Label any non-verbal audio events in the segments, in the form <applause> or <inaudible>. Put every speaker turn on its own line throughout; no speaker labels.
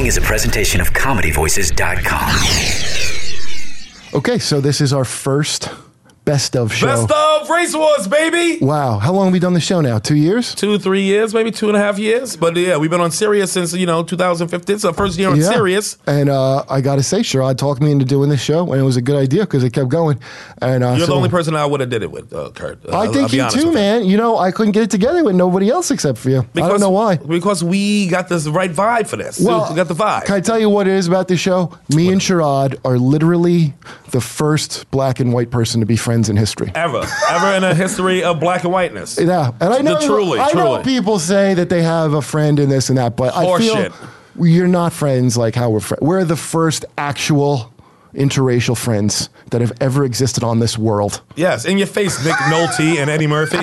is a presentation of ComedyVoices.com.
Okay, so this is our first best of show.
Best of Race Wars, baby.
Wow, how long have we done the show now? Two years?
Two, three years, maybe two and a half years. But yeah, we've been on Sirius since you know 2015. It's our first year on
Yeah.
Sirius.
And uh, I got to say, Sherrod talked me into doing this show, and it was a good idea because it kept going. And uh,
You're
so-
the only person I would have did it with, uh, Kurt. Uh,
I
I'll- I'll
think
be
you
honest
too,
with
man. You know, I couldn't get it together with nobody else except for you. I don't know why.
Because we got this right vibe for this. we got the vibe.
Can I tell you what it is about this show? Me and Sherrod are literally the first black and white person to be friends in history.
ever, ever in a history of black and whiteness.
Yeah, and I
The
know
truly,
I know
truly.
people say that they have a friend and this and that, but I feel
Horseshit.
you're not friends like how we're friends. We're the first actual interracial friends that have ever existed on this world.
Yes, in your face, Nick Nolte and
<laughs>
Eddie Murphy.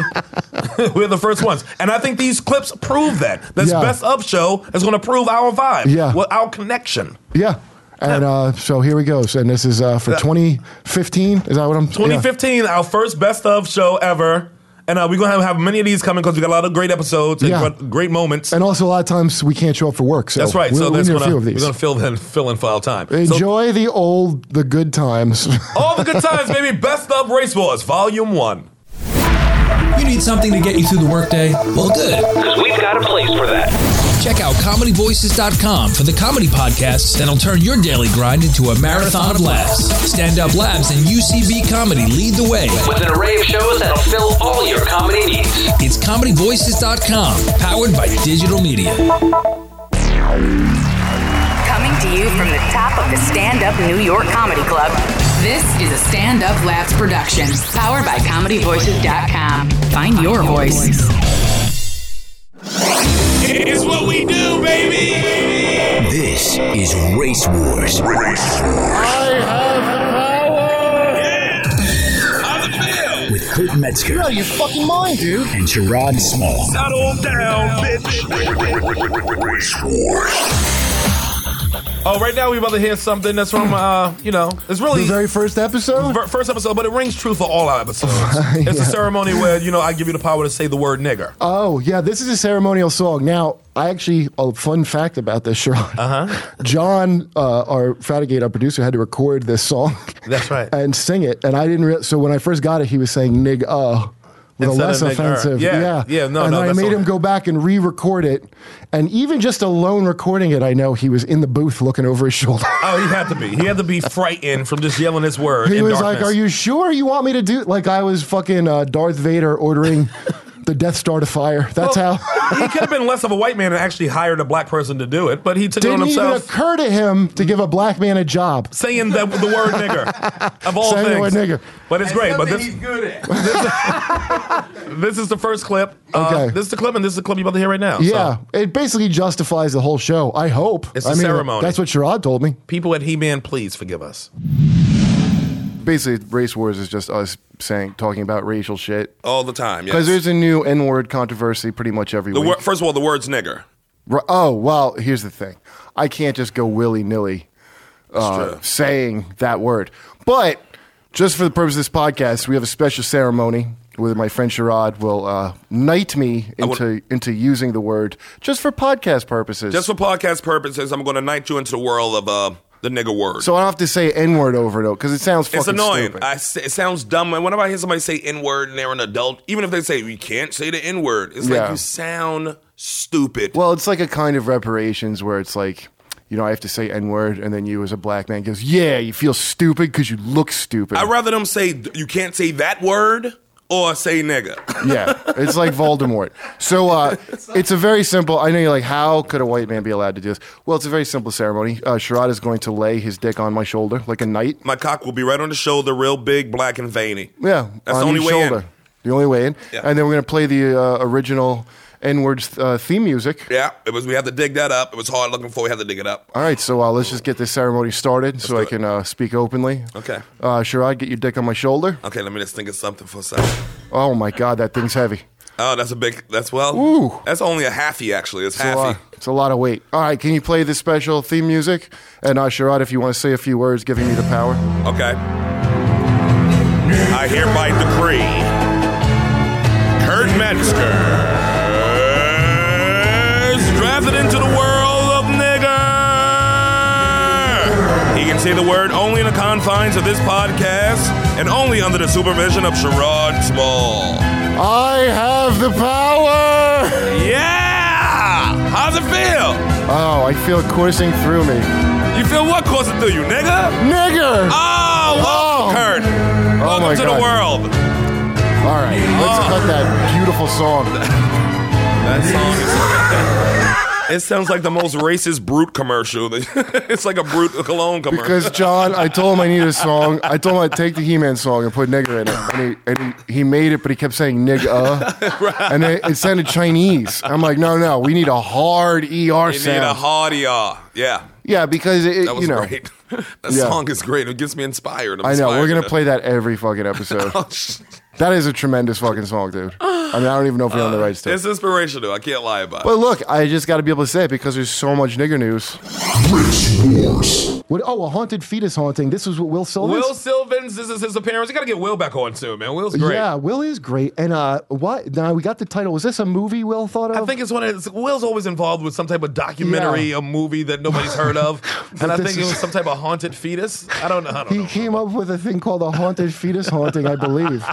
<laughs> We're the first ones, and I think these clips prove that. This
Yeah.
best of show is going to prove our vibe.
Yeah.
well, our connection.
Yeah. And uh, so here we go. And this is uh, for 2015. Is that what I'm?
2015, our first best of show ever. And uh, we're going to have many of these coming because we got a lot of great episodes and
Yeah.
gr- great moments.
And also, a lot of times we can't show up for work. So
that's right.
We,
so
we
that's
need
gonna,
a few of
we're
these.
going to fill in, fill in for our time. So,
Enjoy the old, the good times. <laughs>
all the good times, baby. Best of Race Wars, Volume 1.
You need something to get you through the workday? Well, good.
Because we've got a place for that.
Check out comedyvoices.com for the comedy podcasts that'll turn your daily grind into a marathon of laughs. Stand Up Labs and UCB Comedy lead the way.
With an array of shows that'll fill all your comedy needs.
It's comedyvoices.com, powered by digital media.
Coming to you from the top of the Stand Up New York Comedy Club. This is a Stand Up Labs production, powered by ComedyVoices.com. Find your voice.
It's what we do, baby.
This is Race Wars. Race Wars.
On the field.
With Kurt Metzger
Out of your fucking mind, dude.
and Sherrod Small.
Settle down, bitch.
Race Wars.
Oh, right now we're about to hear something that's from, uh, you know, it's really
The very first episode.
Fir- First episode, but it rings true for all
<laughs>
our episodes. It's a ceremony where you know I give you the power to say the word nigger.
Oh yeah, this is a ceremonial song. Now, I actually a fun fact about this, Sherrod. Uh-huh. <laughs> John, uh, our Fatigate, our producer, had to record this song.
That's right.
<laughs> And sing it, and I didn't. Re- so when I first got it, he was saying "nig uh." With
Instead
a
of
less
"nigger."
offensive,
Yeah,
yeah,
yeah, no,
and
no,
I
that's
made
all
him
right.
go back and re-record it, and even just alone recording it, I know he was in the booth looking over his
<laughs>
shoulder.
oh, he had to be. He had to be frightened from just yelling this word.
He
in
was like,
darkness.
"Are you sure you want me to do?" Like I was fucking uh, Darth Vader
<laughs>
ordering the Death Star to fire. That's
Well,
how.
he could have been less of a white man and actually hired a black person to do it, but he took it on
Didn't even
himself,
occur to him to give a black man a job.
saying the, the word nigger of all
Saying the
things.
word nigger.
But it's great. But this
good at.
<laughs> this is the first clip. Uh,
Okay.
This is the clip, and this is the clip you're about to hear right now. So,
Yeah, it basically justifies the whole show. I hope.
It's
I
a ceremony.
That's what Sherrod told me.
people at He Man, please forgive us.
basically race wars is just us saying talking about racial shit
all the time. Yes.
because there's a new n-word controversy pretty much every
the
week
wor- first of all, the word's nigger.
Ri- oh well here's the thing i can't just go willy-nilly uh,
true.
saying that word but just for the purpose of this podcast we have a special ceremony where my friend Sherrod will uh, knight me
want-
into into using the word just for podcast purposes.
Just for podcast purposes, I'm going to knight you into the world of uh, the nigger word.
so I don't have to say N word over and over because it sounds fucking
it's annoying.
stupid.
I s it sounds dumb. And whenever I hear somebody say N word and they're an adult, even if they say you can't say the N word, it's like
Yeah.
you sound stupid.
Well, it's like a kind of reparations where it's like, you know, I have to say N word, and then you as a black man goes, yeah, you feel stupid because you look stupid.
I'd rather them say d- you can't say that word or say nigger.
yeah, it's like Voldemort. So uh, it's a very simple. I know you're like, how could a white man be allowed to do this? Well, it's a very simple ceremony. Uh, Sherrod is going to lay his dick on my shoulder like a knight.
<laughs> My cock will be right on the shoulder, real big, black and veiny.
Yeah,
that's
on
the only
your
way
shoulder.
in.
The only way in.
Yeah.
And then we're going to play the uh, original N word uh, theme music.
Yeah, it was. We had to dig that up. It was hard looking for. We had to dig it up.
All right, so uh, let's just get this ceremony started so
do
I
it.
can uh, speak openly.
Okay.
Uh, Sherrod, get your dick on my shoulder.
Okay, let me just think of something for a second.
Oh my God, that thing's heavy.
Oh, that's a big. That's well.
Ooh.
That's only a halfy actually. It's
It's a,
halfy.
lot, it's a lot of weight. All right, can you play this special theme music? And uh, Sherrod, if you want to say a few words, giving me the power.
Okay. I hereby decree Kurt Metzger is drafted into the world of nigger.
I say the word only in the confines of this podcast and only under the supervision of Sherrod Small.
I have the power.
Yeah! How's it feel?
Oh, I feel it coursing through me.
You feel what coursing through you, nigga?
Nigger.
Oh, welcome,
Oh.
Kurt. welcome
my
to
God.
the world.
All right, let's
Oh.
cut that beautiful song.
That song is. it sounds like <laughs> the most racist brute commercial. <laughs> it's like a brute cologne commercial.
Because John, I told him I needed a song. I told him I'd take the He-Man song and put nigger in it, and he and he, he made it, but he kept saying
<laughs>
nigga, and it, it sounded Chinese. I'm like, no, no, we need a hard er
you
sound.
need a hardy R. Yeah.
yeah, because it,
That
you
was
know,
great. <laughs> that
Yeah.
song is great. It gets me inspired. I'm
I know we're
inspired
gonna
to- Oh,
play that every fucking
<laughs>
episode. that is a tremendous fucking song, dude. I mean, I don't even know if we own the rights to it.
It's inspirational. I can't lie about it.
But look, I just got to be able to say it because there's so much nigger news.
What, oh, a haunted fetus haunting. This was what Will Sylvan.
Will Sylvan's, this is his appearance. You got to get Will back on soon, man. Will's great.
Yeah, Will is great. And uh, what? Now we got the title. Was this a movie Will thought of?
I think it's one of it's, Will's always involved with some type of documentary,
Yeah.
a movie that nobody's heard
<laughs>
of, and I
this
think it
is-
was some type of haunted fetus. I don't know. I don't
he
know.
came up with a thing called a haunted fetus haunting, I
<laughs>
believe.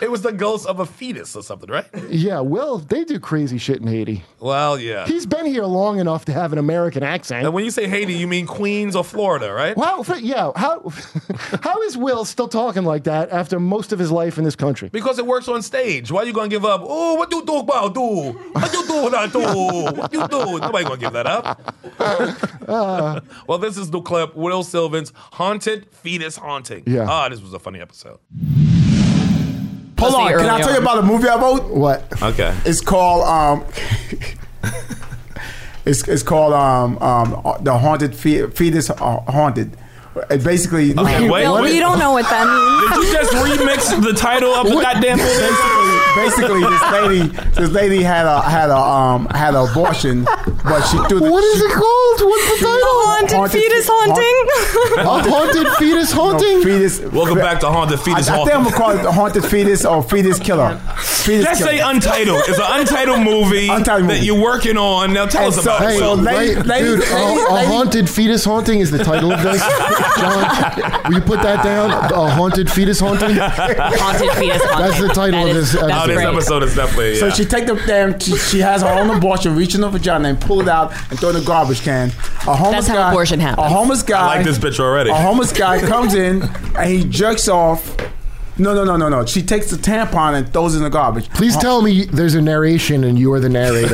It was the ghost of a fetus or something, right?
Yeah, Will, they do crazy shit in Haiti.
Well, yeah.
He's been here long enough to have an American
And
accent.
when you say Haiti, you mean Queens or Florida, right?
Wow, f- yeah. How <laughs> how is Will still talking like that after most of his life in this country?
Because it works on stage. Why you gonna give up? Oh, what you do about do? What you do not do? What you do? Nobody gonna give that up. <laughs> well, this is the clip. Will Sylvan's haunted fetus haunting.
Yeah.
Ah, this was a funny episode.
Hold on, can I tell you about a movie I wrote?
What?
Okay.
It's called
<laughs>
um, it's it's called um um the haunted Fe- fetus uh, haunted. It basically <laughs>
Okay, wait.
Bill,
wait.
you don't know what that means.
<laughs> Did you just remix the title of the goddamn movie?
basically, basically this lady this lady had a had a um had an abortion, but she threw the,
What is
she-
it called? What's the
The
title?
haunted,
Haunted
fetus
fe-
haunting.
A
<laughs>
haunted fetus
no,
haunting.
fetus.
Welcome back to haunted
I, I
fetus
think I'm
haunting.
gonna call it the haunted fetus or fetus killer. Fetus
Let's
killer.
say untitled. It's an untitled movie
Untitled
that
movie.
you're working on. Now tell
And
us
so-
about it.
Hey,
Will.
lady-
Right?
lady-
Dude, a-
lady-
a,
lady-
haunted fetus haunting is the
<laughs>
title of this. John, will you put that down? A haunted fetus haunting?
haunted fetus haunting.
That's the title of this
that's
episode.
Oh, this
great.
episode is definitely.
So
yeah.
she take the damn. She, she has her own abortion, reach in her vagina and pull it out and throw it in the garbage can. A homeless
That's how
guy,
abortion happens.
A homeless guy.
like this bitch already.
A homeless guy comes in and he jerks off. No, no, no, no, no. She takes the tampon and throws it in the garbage.
Please tell me there's a narration and you are the narrator.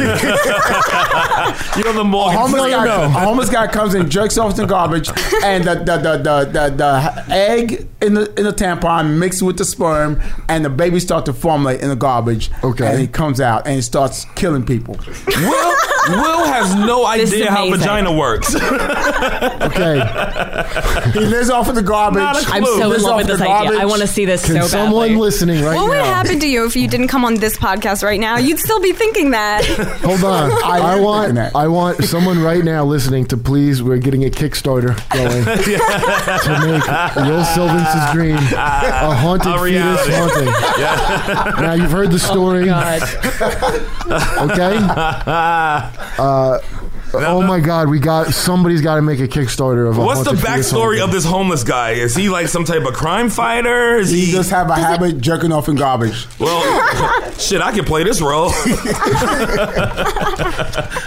You're the
A
more.
homeless, guy, a homeless guy comes in, jerks off the garbage, and the the, the, the, the, the egg in the in the tampon mixed with the sperm, and the baby start to formulate in the garbage.
Okay.
and he comes out and he starts killing people.
Will, Will has no
This is
idea how
amazing.
vagina
<laughs>
works.
Okay.
<laughs> He lives off of the garbage.
Not a clue.
I'm so in
Lives
love
off
with
the
this idea. I
garbage.
want to see this
Can
so
someone
badly.
listening right
<laughs> What would
now?
happen to you if you didn't come on this podcast right now? You'd still be thinking that.
Hold on. <laughs>
<laughs>
I,
am
want
thinking that.
I want someone right now listening to please we're getting a Kickstarter going
<laughs>
<laughs>
to make Will Sylvance's dream a haunted
A
fetus
reality.
haunting.
<laughs>
Now you've heard the story. okay? Oh my God, we got somebody's got to make a Kickstarter of. A
What's the
haunted fetus
backstory
haunting.
of this homeless guy? Is he like some type of crime fighter? Is
He
he?
just have a habit jerking off in garbage.
well, <laughs> shit, I can play this
<laughs>
role.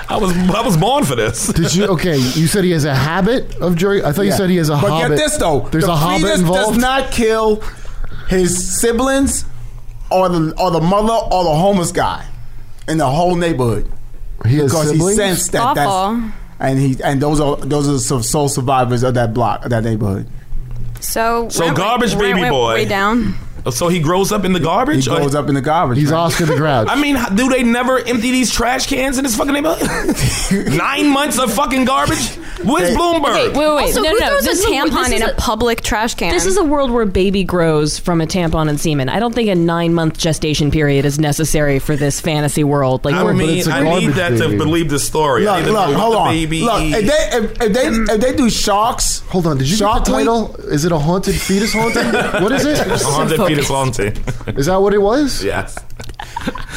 I was I was born for this.
Did you? Okay, you said he has a habit of jury. I thought you
Yeah.
said he has a
but
hobbit.
get this though,
there's
the
a hobbit
fetus
involved.
does not kill his siblings or the or the mother or the homeless guy in the whole neighborhood
he has
because he
siblings.
sensed that
Awful.
that's and he and those are those are the sole survivors of that block of that neighborhood.
So
So
went-
garbage
went-
baby
went
boy.
way down.
Oh,
So he grows up in the
He
garbage. Or-
goes up in the garbage.
He's
man.
Oscar the
<laughs>
Grouch.
I mean, do they never empty these trash cans in this fucking neighborhood? <laughs> Nine months of fucking garbage. Where's Bloomberg?
Wait, wait,
Also,
no,
who
no,
throws
the
a- no,
tampon
this
in
is
a,
a-
public trash can.
This is a world where baby grows from a tampon and semen. I don't think a nine month gestation period is necessary for this fantasy world. Like,
I
we're-
mean,
it's a
I need
garbage
that to
baby.
believe the story. I
Look,
need to
look,
believe
hold
the
on.
baby
Look, if they if, if they if they do sharks,
Hold on, did you get
shark
the
week-
title? Is it a haunted fetus haunting? what is it?
Haunted fetus haunting.
Is that what it was?
Yes.
<laughs>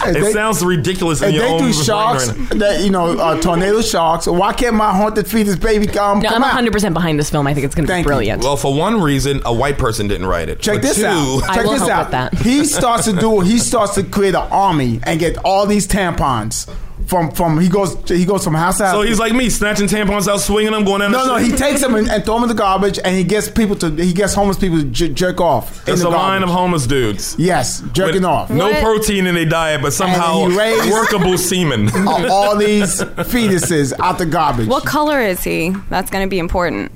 If
It
they-
sounds ridiculous in
If
your
they
own
do
brain
sharks,
right now.
that you know, uh, tornado sharks. Why can't my haunted fetus baby come?
No,
come
I'm
out?
100 percent behind this film. I think it's going to be brilliant.
Well, for one reason, a white person didn't write it.
Check
For
this
two-
out.
I
Check
will
this
help
out.
with that. <laughs>
He starts to do. He starts to create an army and get all these tampons from from. He goes. He goes from house to house.
<laughs> So he's like me, snatching tampons out, swinging them, going down.
No,
the
no.
street.
He takes them and, and throw them in the garbage, and he gets people to. He gets homeless people to j- jerk off. in
<laughs> It's
the
a line
garbage.
of homeless dudes.
Yes, jerking
With
off.
No
What?
protein in their diet, but somehow
And he raised-
workable semen.
Of <laughs> all these fetuses out the garbage.
What color is he? That's going to be important.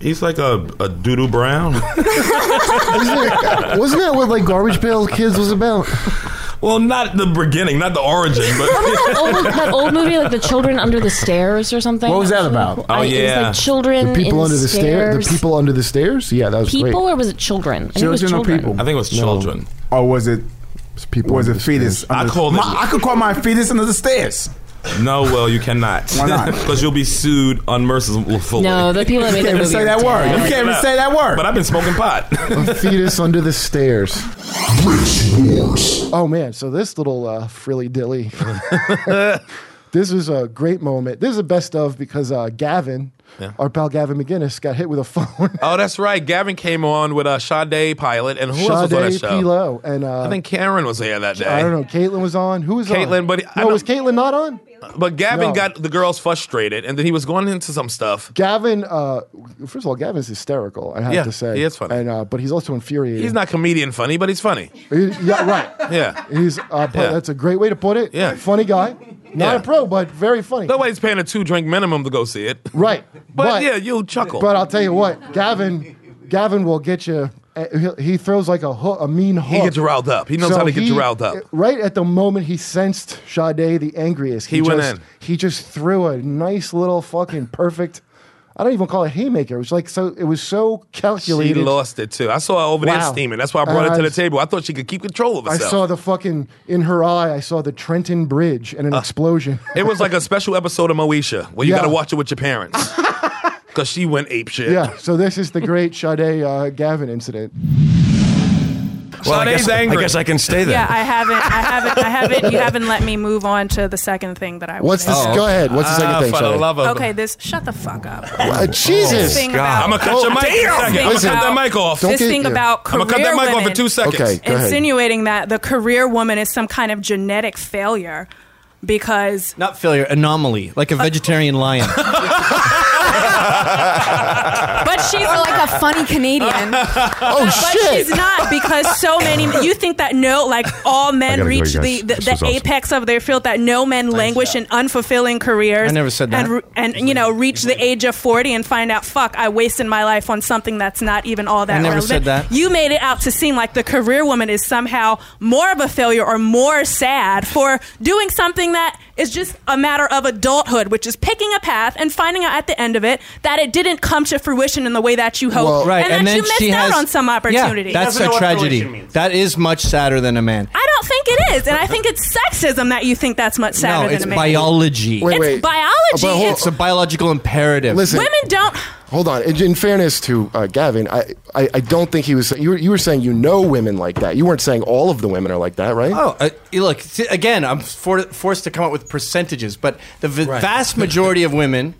He's like a, a
<laughs>
doodoo brown.
Wasn't that what like Garbage Pail Kids was about?
well, not the beginning, not the
<laughs>
origin,
that,
but.
old, that old movie, like the children under the stairs or something.
What was that
really
about?
cool.
Oh,
I- it was
yeah.
like children
The people
in
under the stair. The
stairs.
people under the stairs. Yeah, that was
people,
great.
or was it children? I think it was
Children or
children.
people?
I think it was children.
Or was it?
People
was it fetus?
I
under-
call
My-
it-
I could call my fetus under the stairs.
No, well, you cannot.
Why
<laughs>
not?
Because you'll be sued unmercifully.
No, the people that <laughs>
<laughs>
made that movie are terrible.
that word.
But I've been smoking pot.
a fetus under the stairs. Oh man, so this little uh, frilly dilly. this was a great moment. This is the best of because uh, Gavin,
Yeah.
our pal Gavin McGinnis, got hit with a phone.
<laughs> Oh, that's right. Gavin came on with a uh, Sade pilot, and who else was on that
Sade
show?
Pilo and uh,
I think Karen was here that day.
I don't know. Caitlin was on. Who was on?
Caitlin, but I
no,
know-
was Caitlin not on?
But Gavin
No.
got the girls frustrated, and then he was going into some stuff.
Gavin, uh, first of all, Gavin's hysterical. I have
Yeah,
to say
he is funny.
and uh, but he's also infuriating.
He's not comedian funny, but he's funny.
He- yeah, right.
<laughs> Yeah.
He's uh, but
Yeah.
that's a great way to put it.
Yeah.
funny guy, not a pro, but very funny.
Nobody's paying a two drink minimum to go see it.
Right.
But, yeah, you'll chuckle.
But I'll tell you what, Gavin, Gavin will get you. uh, he'll- He throws like a hook, a mean hook. eh,
He gets you riled up. He knows how to get you riled up.
Right at the moment he sensed Sade the angriest,
He went
just,
in.
He just threw a nice little fucking perfect. I don't even call it haymaker. It was like so. It was so
she
calculated.
lost it too. I saw her over
Wow.
there steaming. That's why I brought
And
her to
I
the
s-
table. I thought she could keep control of
I
herself.
saw the fucking in her eye. I saw the Trenton Bridge and an explosion. <laughs>
It was like a special episode of Moesha where you
Yeah.
got to watch it with your
<laughs>
parents because she went ape shit.
Yeah. So this is the great Sade uh, Gavin incident.
Well, I guess, I guess I can stay there.
Yeah, I haven't, I haven't, I haven't. You haven't let me move on to the second thing that I.
What's
wanted.
this- go ahead. What's the second
Ah,
thing,
for
Shadi?
love of-
Okay, this. Shut the fuck up.
Uh, Jesus.
Thing about- Oh,
I'm gonna cut your mic. in a second. I'm gonna
Listen,
cut that mic off.
This thing about
I'm
career
gonna cut that mic off
women
for two seconds.
insinuating that the career woman is some kind of genetic failure because
Not failure, anomaly, like a vegetarian
<laughs>
lion.
but she's like a funny Canadian.
Oh,
but
shit.
she's not because so many. You think that no, like all
I
men
gotta go,
reach
you guys.
the the,
This
the
was awesome.
apex of their field. That no men languish in unfulfilling careers.
I never said that.
And, re- and you know, reach the age of forty and find out, fuck, I wasted my life on something that's not even all that.
I never
relevant.
said that.
You made it out to seem like the career woman is somehow more of a failure or more sad for doing something that is just a matter of adulthood, which is picking a path and finding out at the end of it that it didn't come to fruition in the way that you hoped,
Well, right,
and,
and
that
then
you missed
she
out
has-
on some opportunity.
Yeah, that's a tragedy. That is much sadder than a man.
I don't think it is, and I think it's sexism that you think that's much sadder
No,
than
it's
a man.
biology.
Wait, It's wait. biology. But hold-
it's a biological imperative.
Listen.
Women don't.
Hold on. In, in fairness to uh, Gavin, I, I, I don't think he was. You were, you were saying you know women like that. You weren't saying all of the women are like that, right?
Oh, uh, look, see, again, I'm for, forced to come up with percentages, but the v-
Right.
<laughs>
vast majority of women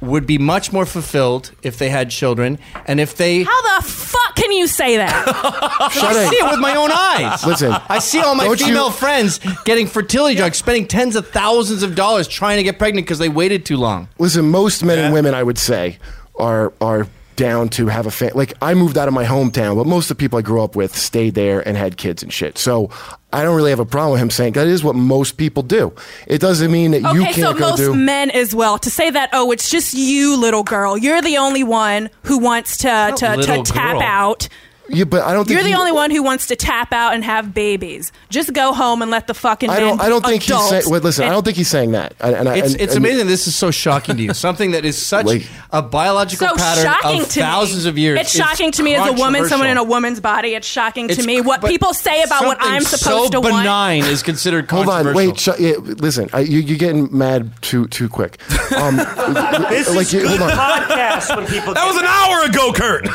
would be much more fulfilled if they had children and if they.
How the fuck can you say that?
<laughs> I see it with my own eyes.
Listen,
I see all my
don't you-
female friends getting fertility drugs, spending tens of thousands of dollars trying to get pregnant because they waited too long.
Listen, most men and women, I would say, are are down to have a family. Like I moved out of my hometown, but most of the people I grew up with stayed there and had kids and shit. So I don't really have a problem with him saying that is what most people do. It doesn't mean that you
Okay,
can't
so
go
most
do.
men as well to say that. Oh, it's just you, little girl. You're the only one who wants to to, to
little
tap
girl.
out.
yeah, but I don't think
You're the
he-
only one who wants to tap out and have babies. Just go home and let the fucking.
I don't.
men
I don't
be
think he's
adults.
saying. Wait, listen, I
And-
don't think he's saying that. And, and I-
It's,
and-
it's
and-
amazing. This is so shocking to you. Something that is such a biological
so
pattern
shocking
of
to
thousands
me.
of years.
It's shocking to me as a woman, someone in a woman's body. It's shocking to
It's-
me what
but
people say about what I'm supposed
so
to want.
benign is considered
Hold
controversial.
on, wait. Sh- yeah, listen, I, you, you're getting mad too too quick.
<laughs>
Um,
This
like,
is
you-
good
hold on.
podcast when people. <laughs>
That was an hour ago, Kurt.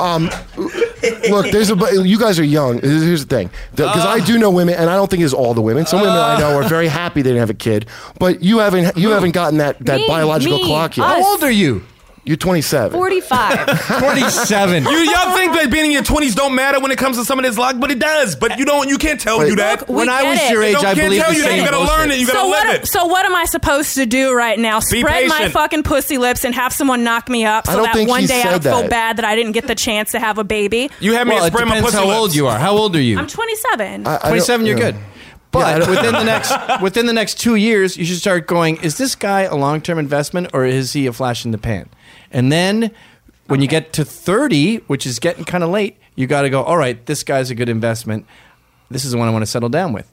Um, look, there's a bu- you guys are young. Here's here's the thing, because I do know women, and I don't think it's all the women. Some women I know are very happy they didn't have a kid, but you haven't you haven't gotten that that
Me,
biological
me,
clock yet.
us. How old
are you? You're 27.
<laughs>
45.
47.
You
<laughs>
y'all think that being in your twenties don't matter when it comes to some of this luck, but it does. But you don't. You can't tell
Wait.
you that.
Look, we When I get was it. your age,
Don't-
I
can't
believed
tell
the
you that.
same
You gotta
bullshit.
learn it. You gotta
so
live
what?
it.
So what am I supposed to do right now? Spread my
patient.
fucking pussy lips and have someone knock me up
I
so
don't
that
think
one
he
day I
said
don't feel
that.
bad that I didn't get the chance to have a baby.
You
have
have
me
me
to
well,
spray
it
my
depends
pussy
how
lips.
old you are. How old are you?
I'm 27.
27. You're good. But within the next <laughs> within the next two years, you should start going. Is this guy a long term investment or is he a flash in the pan? And then when you get to thirty, which is getting kind of late, you got to go. All right, this guy's a good investment. This is the one I want to settle down with.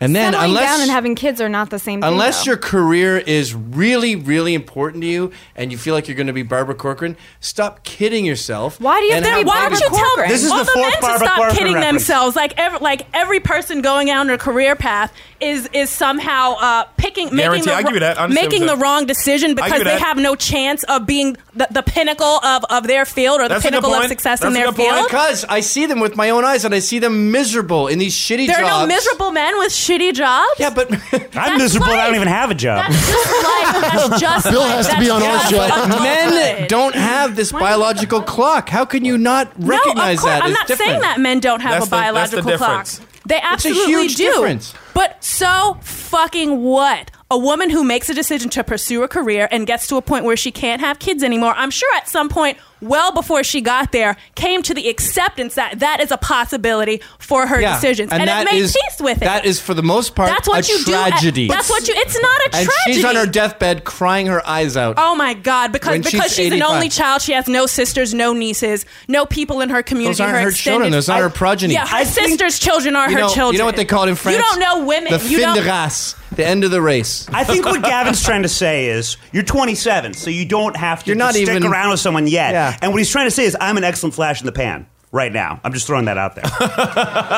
And then
Settling
unless
down and having kids are not the same thing.
Unless
though.
your career is really, really important to you and you feel like you're going to be Barbara Corcoran, stop kidding yourself.
Why do you
and
think?
have
Why
Barbara
don't you tell
Corcoran. This is
all
the
the
fourth
men to
Barbara
stop
Corcoran
kidding
reference.
themselves? Like every like every person going down their career path is is somehow uh, picking making
Guarantee.
the,
I give you that. I understand
making
what
the
you're saying.
wrong decision
I give
because
you
they
that.
have no chance of being the, the pinnacle of, of their field or the
That's a good
pinnacle of
point.
success
That's
in
a
their
good point.
field.
Because I see them with my own eyes and I see them miserable in these shitty
There are no
jobs.
miserable men with shitty jobs. <laughs> Yeah,
but <laughs>
I'm miserable. and I don't even have a job.
that's just
<laughs> Bill has to be on our show.
<laughs>
Men don't have this biological clock. How can you not recognize
no, of course,
that?
I'm
It's
not
different.
saying that men don't have
That's
a
the- that's the
biological clock.
difference.
They
It's a
absolutely
huge
do.
difference.
But so fucking what? A woman who makes a decision to pursue a career and gets to a point where she can't have kids anymore, I'm sure at some point, well before she got there, came to the acceptance that that is a possibility for her
Yeah.
decisions, and,
that
it made
is-
peace with it.
That is, for the most part,
That's what
a
you do at-
tragedy.
that's what you- it's not a
and she's on
tragedy.
her deathbed crying her eyes out.
Oh my God! Because
When she's
because she's, an
85.
only child, she has no sisters, no nieces, no people in her community.
Those aren't her
extended-
children. Those aren't her progeny.
Yeah, her
I think-
sisters' children are
you
her
know,
children.
You know what they call it in France?
You don't know women.
The
you
fin
don't.
de race, the end of the race.
I think what Gavin's trying to say is you're 27, so you don't have to
You're not
stick
even-
around with someone yet.
Yeah.
And what he's trying to say is I'm an excellent flash in the pan right now. I'm just throwing that out there.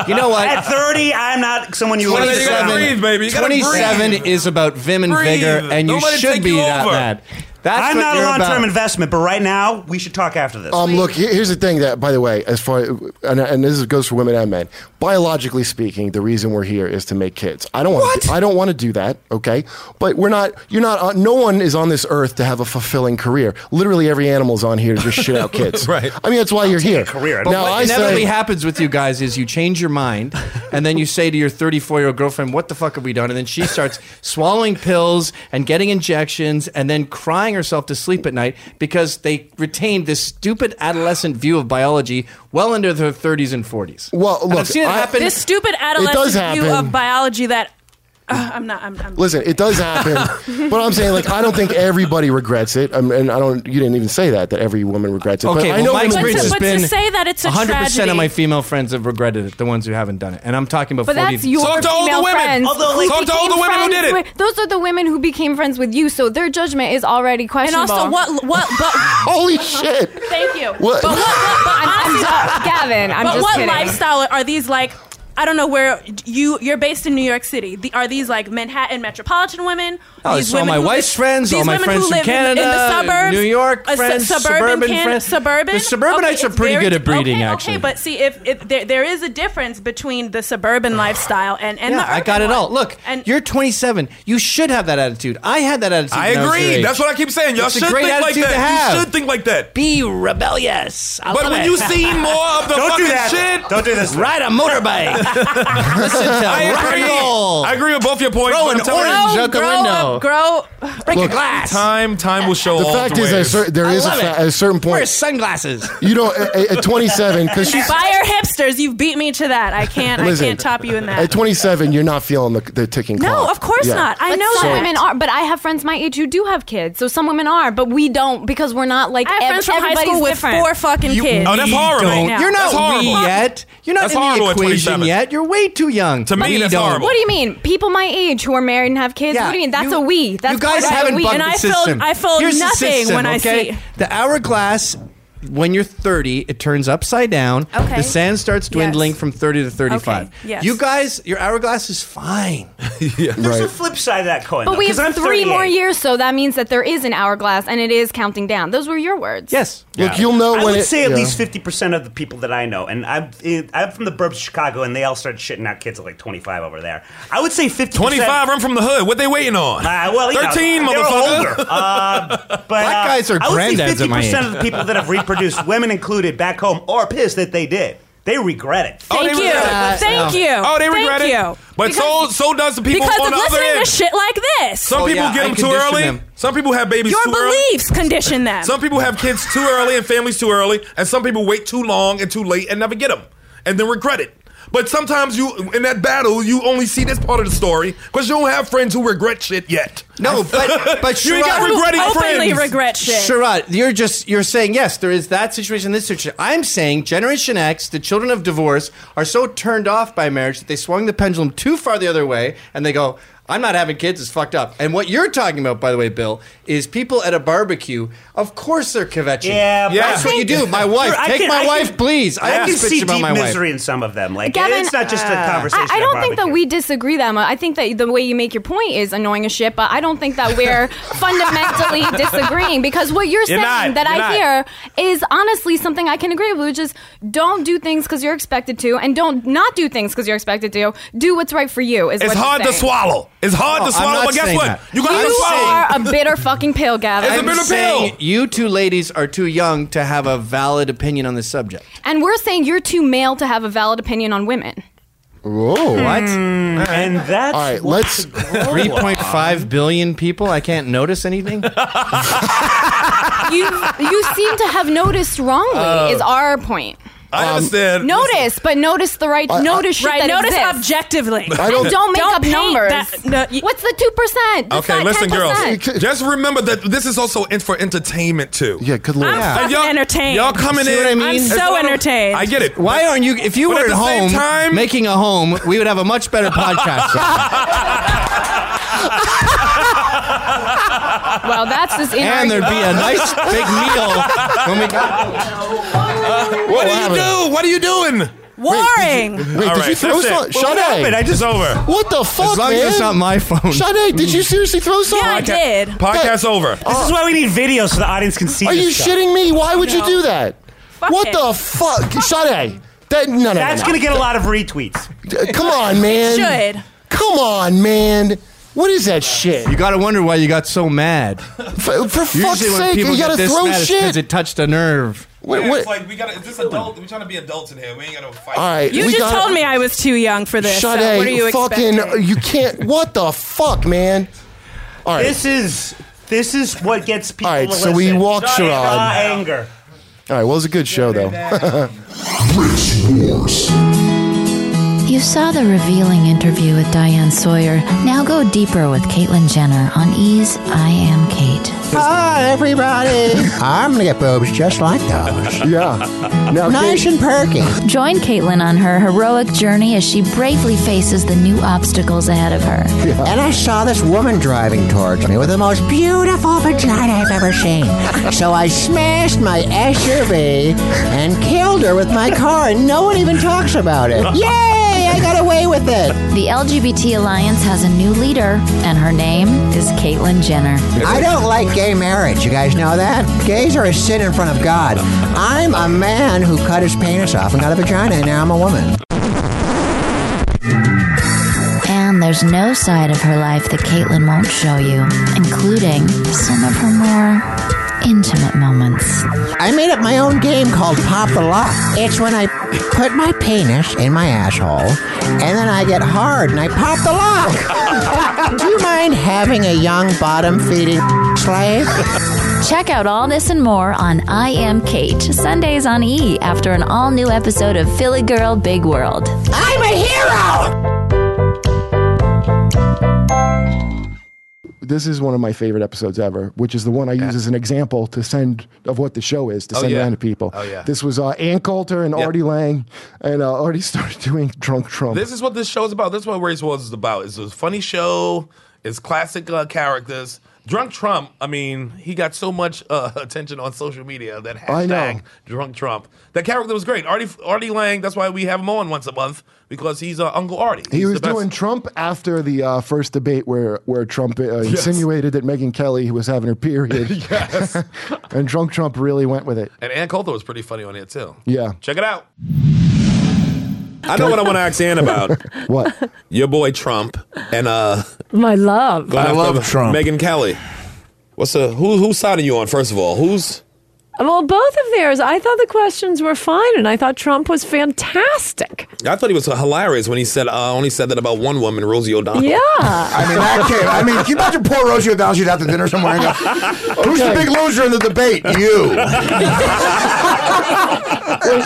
You know what?
At 30, I'm not someone you want to stick around
27,
with.
27 is about vim and
Breathe.
vigor, and you
Nobody
should
take
be
you
that
over.
mad. That's
I'm
what
not a
you're
long
about.
term investment, but right now, we should talk after this.
Um, look, he- here's the thing that, by the way, as far and, and this goes for women and men. Biologically speaking, the reason we're here is to make kids. I don't want. I don't want to do that. Okay, but we're not. You're not. On, no one is on this earth to have a fulfilling career. Literally, every animal's on here to just
<laughs>
shit out kids.
Right.
I mean, that's why you're here.
But
Now
what
I
inevitably
say.
happens with you guys is you change your mind, and then you say to your 34 year old girlfriend, "What the fuck have we done?" And then she
<laughs>
starts swallowing pills and getting injections, and then crying herself to sleep at night because they retained this stupid adolescent view of biology well into their 30s and 40s.
Well,
And I've seen it happen.
This stupid
does
adolescent view
happen.
of biology that Ugh, I'm not. I'm, I'm
Listen, it does
<laughs>
happen, but I'm saying like I don't think everybody regrets it, um, and I don't. You didn't even say that that every woman regrets it.
Okay,
but I
well,
know
my
women
experience
do.
has
But to-
been
but to say that it's a
100% of
tragedy-
my female friends have regretted it, the ones who haven't done it. And I'm talking about
But
40
that's your female friends.
Although,
who
like, Talk to all the
became
women who
friends
did it.
with- those are the women who became friends with you, so their judgment is already
and
questionable.
also, what? What? But
holy shit!
Thank you.
What?
But what? what but
I'm- I'm
honestly,
just- Gavin, I'm
but
just
what
kidding.
lifestyle are these like? I don't know where you you're based in New York City. The, are these like Manhattan metropolitan women?
Oh,
these
it's all my
who
wife's friends,
these
all my
women
friends
who
from
live in- in, the
Canada,
suburbs,
New York
a su-
friends,
suburban,
suburban
Can-
friends.
suburban.
The suburbanites
Okay,
are
it's
pretty
very-
good at breeding,
okay,
actually.
Okay, but see, if, if there, there is a difference between the suburban lifestyle and and
yeah,
the
I
urban
got it
one.
all. Look, you're 27. You should have that attitude. I had that attitude.
I
when was your
agree.
age.
That's what I keep saying. Y'all
It's a
should
great
think like
attitude to
that. You
have.
should think like that.
Be rebellious. I
but
love
when
it.
you see more of the
Don't
fucking
do that.
shit,
Don't do this. Ride a motorbike. <laughs>
<laughs>
<laughs>
Listen to
I
rock
agree.
and roll.
I agree with both your points.
Throw
but
an
I'm telling you-
orange out the Grow window. up,
grow. <laughs>
Break a glass.
Time, time will show.
The
all
fact
ways.
is, at a cer- there
I
is a,
love
fa-
it.
at a certain point.
Wear sunglasses.
You don't at, at 27 because she's
Buyer hipsters, you've beat me to that. I can't.
Listen,
I can't top you in that.
At 27, you're not feeling the, the ticking
No,
clock.
of course
not. I
But
know
some
that.
women are, but I have friends my age who do have kids. So some women are, but we don't because we're not like
I have
ev-
friends from high
everybody's
school with
different.
four fucking
You-
kids.
Oh, that's
We
horrible.
don't-
Right now.
You're not
That's horrible.
we yet. You're not
That's
in
horrible
the
at
equation
27.
yet. You're way too young.
To me,
We
that's
don't.
horrible.
What do you mean? People my age who are married and have kids.
Yeah,
what do you mean? That's
you-
a we. That's
you guys
part of
haven't
we.
bucked the system. Here's the system, okay? The hourglass when you're 30, it turns upside down.
Okay.
The sand starts dwindling from 30 to 35.
Okay, yes.
You guys, your hourglass is fine.
There's a flip side of that coin.
But
though,
we
'cause I'm
have three
38.
more years, so that means that there is an hourglass and it is counting down. Those were your words.
Yes.
Yeah.
Look, you'll know
I
when
would
it-
say at
yeah.
least fifty percent of the people that I know, and I'm I'm from the burbs of Chicago, and they all started shitting out kids at like twenty five over there. I would say fifty.
25, I'm from the hood. What they waiting on?
Uh, well, you know,
13,
they're
motherfucker.
older.
<laughs>
Uh, but Black
guys are
I would say
granddads
fifty
at my
percent
age.
of the people that have reproduced, women included, back home, are pissed that they did. They regret it.
Thank you. Thank you.
Oh, they
Thank
regret
you.
it. But so so does the people
because
on
of
the other
listening
end.
to shit like this.
Some
Oh,
people get them too early. Some people have babies
Your
too early.
beliefs condition them.
Some people have kids too early and families too early, and some people wait too long and too late and never get them, and then regret it. But sometimes you, in that battle, you only see this part of the story because you don't have friends who regret shit yet. <laughs>
No, but but
you ain't got
Sherrod-
regretting friends.
Sherrod, you're just you're saying yes. There is that situation, this situation. I'm saying Generation X, the children of divorce, are so turned off by marriage that they swung the pendulum too far the other way, and they go, "I'm not having kids. It's fucked up." And what you're talking about, by the way, Bill, is people at a barbecue. Of course, they're kvetching.
Yeah, but I
that's what you
think-
do. My wife,
Dude, I
take
can-
my
I can-
wife, please. I,
I
always
can
bitch
see
about
deep
my wife.
misery in some of them. Like
Gavin,
it's not just
uh,
a conversation.
I, I
at
don't think
barbecue.
that we disagree that much. I think that the way you make your point is annoying as shit, but I don't think that we're fundamentally disagreeing because what you're,
You're not.
saying that
You're
I
not.
hear is honestly something I can agree with, which is don't do things because you're expected to, and don't not do things because you're expected to. Do what's right for you. Is
It's
what you're
hard to
saying.
swallow. It's hard
No,
to
I'm
swallow,
not
but guess
saying
what?
that.
You got
You
to swallow.
are a bitter fucking pill, Gavin.
I'm saying you two ladies are too young to have a valid opinion on this subject.
And we're saying you're too male to have a valid opinion on women.
Whoa! What?
Hmm.
And that's
all right. Let's three point five billion people. I can't notice
<laughs>
anything.
you you seem to have noticed wrongly.
Oh.
is our point.
I
Um,
Um,
understand.
Notice, but notice the right.
I- I-
notice shit
Right,
that
notice
exists.
objectively.
I don't-
and don't make
Don't
up
paint
numbers.
that-
What's the two percent?
Okay, listen, girls. Just remember that this is also in for entertainment too. Yeah,
good
lord.
I'm fucking entertained.
Y'all coming
See
in?
what I mean?
I'm
It's
so
not a-
entertained.
I get it.
Why aren't you? If you
But
were
at
at,
the same
home
time-
making a home, we would have a much better podcast.
<laughs>
well, that's just
and there'd be a nice big meal when we got.
What do you do? What are you doing?
Warring.
Wait, did you throw something? Shut
I just over.
What the fuck,
As long
man?
as it's not my phone.
Sade, did you seriously throw something?
I did.
Hmm. Podcast over.
This is why we need video so the audience can see.
Are
this
you
stuff.
shitting me? Why would you
No.
do that? what the fuck, Sade? That no, no, no,
That's
no.
gonna get a lot of retweets.
Uh, Come on, man.
Should.
Come on, man. What is that shit?
You gotta wonder why you got so mad. For,
for fuck's
Usually when
sake,
people
you
get
gotta
this
throw
mad, it's 'cause
shit.
It touched a nerve.
Yeah, It's like we got. Is this adult? We're trying to be adults in here. We ain't got to fight.
All right,
You
we
just
gotta-
told me I was too young for this.
Sade,
so what are you
fucking,
expecting?
you can't. What the fuck, man? All right.
This is this is what gets people.
All right,
to
so we
listen.
walked
Raw
Sherrod.
anger.
All right, well, it was a good show though. <laughs>
Race Wars.
You saw the revealing interview with Diane Sawyer. Now go deeper with Caitlyn Jenner on Ease I Am Kate.
Hi, everybody. I'm going to get boobs just like those. <laughs> Yeah. nice and perky.
Join Caitlyn on her heroic journey as she bravely faces the new obstacles ahead of her.
And I saw this woman driving towards me with the most beautiful vagina I've ever seen. So I smashed my SUV and killed her with my car, and no one even talks about <laughs> it. <laughs> Yay! I got away with it.
The LGBT Alliance has a new leader, and her name is Caitlyn Jenner.
I don't like gay marriage. You guys know that? Gays are a sin in front of God. I'm a man who cut his penis off and got a vagina, and now I'm a woman.
And there's no side of her life that Caitlyn won't show you, including some of her more intimate moments.
I made up my own game called Pop the Lock. It's when I put my penis in my asshole, and then I get hard and I pop the lock. <laughs> Do you mind having a young bottom <laughs> feeding slave?
Check out all this and more on I Am Kate, Sundays on E after an all new episode of Philly Girl Big World.
I'm a hero!
This is one of my favorite episodes ever, which is the one I use as an example to send of what the show is to
Oh,
send
yeah.
around to people.
Oh, yeah.
This was uh, Ann Coulter and Artie Lang, and uh, Artie <laughs> started doing drunk Trump.
This is what this show is about. This is what Race Wars is about. It's a funny show. It's classic uh, characters. Drunk Trump, I mean, he got so much uh, <laughs> attention on social media that
I know.
hashtag Drunk Trump. That character was great. Artie, Artie Lang, that's why we have him on once a month because he's uh, Uncle Artie.
He
He's
was
the best.
doing Trump after the uh, first debate where, where Trump uh,
Yes.
insinuated that Megan Kelly was having her period.
Yes.
<laughs> and drunk Trump really went with it.
And Ann Coulter was pretty funny on here, too.
Yeah.
Check it out.
I know what I want to ask Ann about.
<laughs> what?
Your boy Trump and uh,
My love.
going after Megyn Kelly. What's uh who? Whose side are you on? First of all, who's
Well, both of theirs. I thought the questions were fine, and I thought Trump was fantastic.
I thought he was hilarious when he said uh, only said that about one woman, Rosie O'Donnell.
Yeah. I
mean, that kid. I mean, can you imagine poor Rosie O'Donnell? She'd have to dinner somewhere. And go, Who's the big loser in the debate?
<laughs>
You.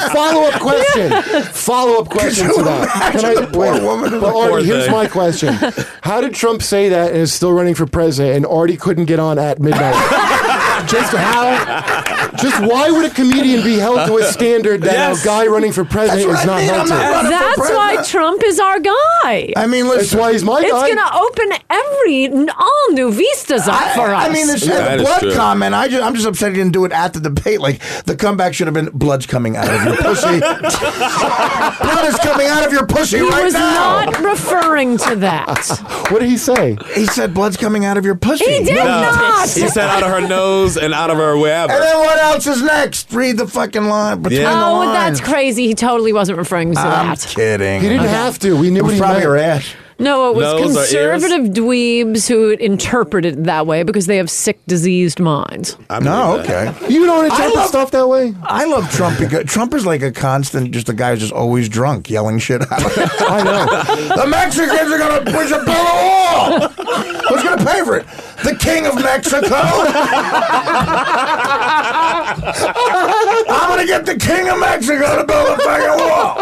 follow up question. Follow up question to that. Can I, wait, but
Poor
Artie, here's
thing.
my question: How did Trump say that and is still running for president, and Artie couldn't get on at midnight? just how? Just why would a comedian be held
<laughs>
to a standard that
Yes.
a guy running for president
That's
is
what
not
I mean, I'm
held
not running
to?
for
That's why Trump is our guy.
I mean, listen. That's why he's my
it's
guy.
It's going to open every all new vistas up for us.
I mean, the, the blood comment. I just, I'm just upset he didn't do it at the debate. Like the comeback should have been blood's coming out of your
<laughs>
pussy. blood is coming out of your pussy
He
right
was
now.
not referring to that.
<laughs> what did he say?
He said blood's coming out of your pussy.
He did not.
He said out of her nose and out of her wherever.
And then what else is next? Read the fucking line Um, between
Yeah.
the
Oh,
lines.
that's crazy. He totally wasn't referring to
I'm
that.
kidding.
He didn't have to. We knew
it
what
was
he
probably
meant.
her ass.
No, it was
Nose or ears?
conservative dweebs who interpret it that way because they have sick, diseased minds.
no, okay.
You don't
interpret
stuff that way.
I love Trump because Trump is like a constant, just a guy who's just always drunk, yelling shit out.
<laughs>
I
know.
the Mexicans are gonna push a bill of wall. Who's gonna pay for it? The King of Mexico. I'm gonna get the King of Mexico to build a fucking wall,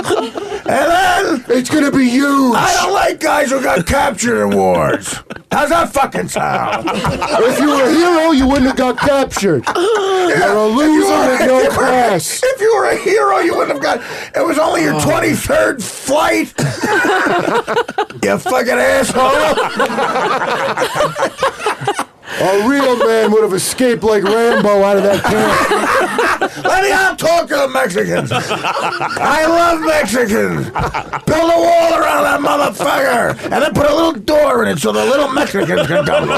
and then
it's gonna be huge.
I don't like guys who got captured in wars. How's that fucking sound?
If you were a hero, you wouldn't have got captured.
<laughs>
You're a loser with no class.
If you were a hero, you wouldn't have got. It was only
Oh.
your twenty third
<laughs>
flight. you fucking asshole.
A real man would have escaped like Rambo out of that camp.
Let me out talk to the Mexicans. I love Mexicans. Build a wall around that motherfucker, and then put a little door in it so the little Mexicans can come.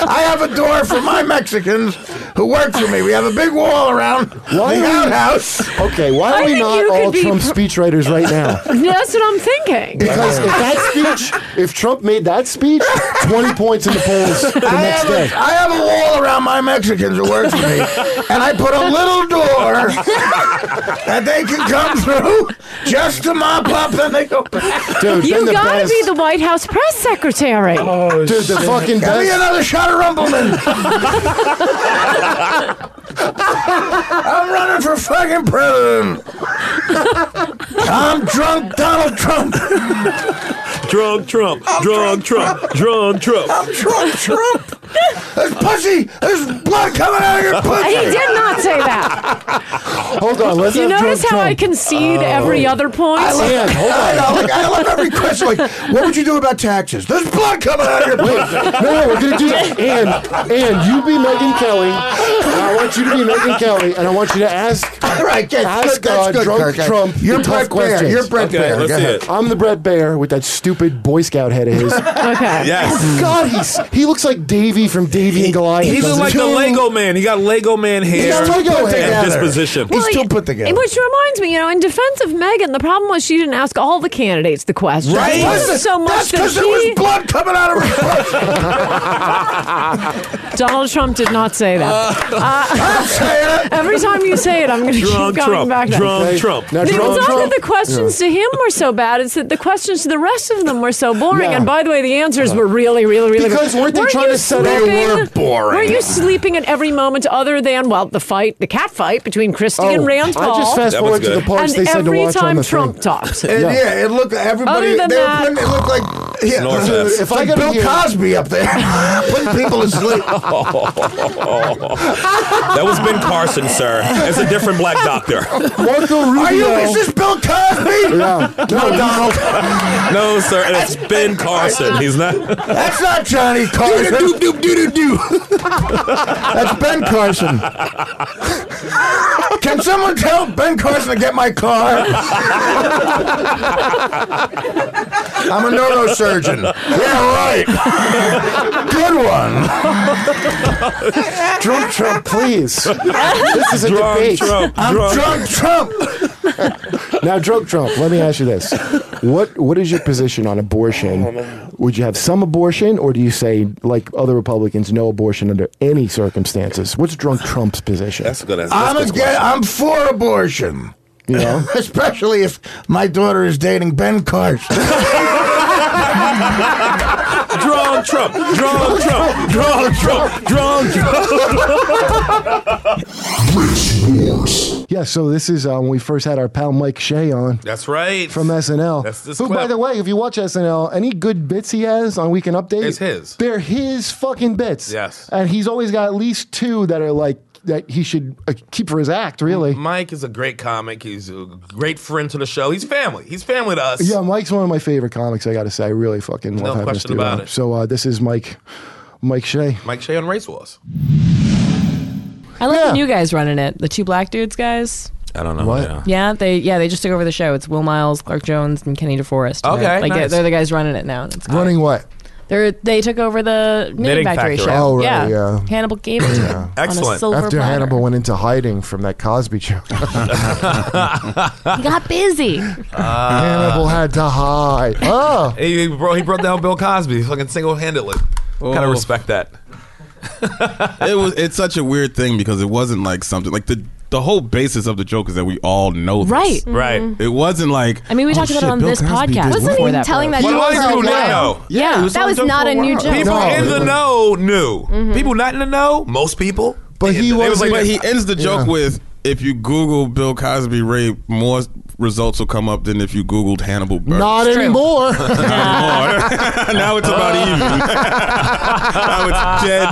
I have a door for my Mexicans who work for me. We have a big wall around
Why are
the
we-
outhouse.
Okay, why are
I
we
think
not
you could
all
be-
Trump speechwriters right now?
<laughs> That's what I'm thinking.
Because if that speech, if Trump made that speech, 20 points in the polls <laughs> the
I
next
have,
day.
a, I have a wall around my Mexicans who work for me, <laughs> and I put a little door
<laughs>
that they can come through just to mop up, and they go back.
you gotta be the White House press secretary. Oh, <laughs>
Dude, the shit. fucking
Give me
best.
another shot of
<laughs>
Rumbleman. I'm running for fucking president.
<laughs>
I'm drunk Donald Trump.
Drunk Trump, drunk Trump, drunk Trump.
I'm drunk Trump. There's pussy. There's blood coming out of your pussy.
He did not say that.
Hold on, let's
you
have
notice
Trump
how
Trump.
I concede every other point?
I love,
Ann, hold
I
on.
know, like, I love every question. Like, what would you do about taxes? There's blood coming out of your
Wait, no,
pussy.
no, we're gonna do that. And and you be Megan Kelly. And I want you to be Megan Kelly, and I want you to ask.
All right, good,
ask
good, that's
uh,
good,
drunk
Kirk.
Trump.
You're
the tough
Brett Baer,
questions.
you're Brett Okay, Baer, let's go see ahead. it.
I'm the Brett Bear with that stupid Boy Scout head of his. Oh,
okay.
Yes.
God, he's he looks like Davy from Davy and Goliath.
He looks
doesn't
like the Lego man. He got Lego man hair
got Lego
and
hair.
disposition.
Well,
still put together.
Which reminds me, you know, in defense of Megan, the problem was she didn't ask all the candidates the question.
Right?
It wasn't so much that
That's because
he,
there was blood coming out of her
<laughs>
Donald Trump did not say that. Uh, <laughs> every time you say it, I'm going to keep going
Drunk Trump,
back. to that.
drunk Trump.
Now,
it
drunk
was not
Trump-
that the questions to him were so bad; it's that the questions to the rest of them were so boring. And by the way, the answers were really, really, really.
Because weren't they trying
you
to set up- They were boring.
Were you sleeping at every moment other than well, the fight, the cat fight between Christie and
Oh,
Rand
I
Paul?
just fast That was forward to good. the parts
and
they said to
every
watch on
time
the
Trump
thing.
talked.
And yeah. it looked everybody.
Other than
they
that-
were putting, it looked like Yeah,
North F.
if I like Bill Cosby <laughs> up there putting people to sleep.
<laughs> that was Ben Carson, sir. It's a different black doctor.
Are you? Is this Bill Cosby? No, Donald.
No, sir. And it's Ben Carson. He's not.
That's not Johnny Carson.
Do,
do, do, do, do. That's Ben Carson. Can someone tell Ben Carson to get my car? I'm a neurosurgeon. Yeah, right. Good one.
Drunk Trump,
<laughs>
please.
This is a Drunk debate. Trump, I'm drunk. drunk Trump.
now, drunk Trump. Let me ask you this: what What is your position on
Oh,
abortion? Would you have some abortion, or do you say, like other Republicans, no abortion under any circumstances? What's drunk Trump's position?
That's a good. That's
I'm
good
again.
question.
I'm for abortion.
You know?
<laughs> especially if my daughter is dating Ben Carson.
Drunk Trump. Drunk Trump. Drunk Trump. Drunk
Yeah, so this is uh, when we first had our pal Mike Shea on.
<laughs> That's right.
From SNL.
That's this
Who, by
clip.
the way, if you watch SNL, any good bits he has on Weekend Update,
It's his.
They're his fucking bits.
Yes.
And he's always got at least two that are like, that he should uh, keep for his act, really.
Mike is a great comic. He's a great friend to the show. He's family. He's family to us.
Yeah, Mike's one of my favorite comics, I gotta say. I really fucking
No
love having this
question
dude
about
on.
it.
So uh, this is Mike Mike Shea.
Mike Shea on Race Wars.
I like the new guys running it. The two black dudes guys.
I don't know.
Yeah. they yeah they just took over the show. It's Will Miles, Clark Jones, and Kenny DeForest.
Okay,
like they're,
nice.
they're the guys running it now. and It's cool.
Running what?
They're they took over the knitting,
Knitting
factory,
Factory.
show.
Oh, right, yeah.
Hannibal gave it to them
<laughs>
on a silver
After
platter.
Hannibal went into hiding from that Cosby show. <laughs>
he got busy.
Hannibal had to hide.
Ah.
Oh.
He, he bro, he broke down Bill Cosby fucking single handedly.
Oh.
Kind of respect that.
it was it's such a weird thing because it wasn't like something like the the whole basis of the joke is that we all know this.
Right.
Mm-hmm.
Right.
It wasn't like
I mean, we
oh,
talked about
shit,
it on
Bill
this
Cosby did
podcast.
this.
Wasn't he telling that
What
joke
do I
for a
do
while?
now?
Yeah, that was not a
<laughs>
new joke.
People in the know knew.
Mm-hmm.
People not in the know, most people.
But
he was like-
but he ends the joke
Yeah.
with if you Google Bill Cosby rape, more results will come up than if you Googled Hannibal. Buress.
Not
<laughs>
anymore.
now
<laughs>
it's
<laughs>
about even. now it's dead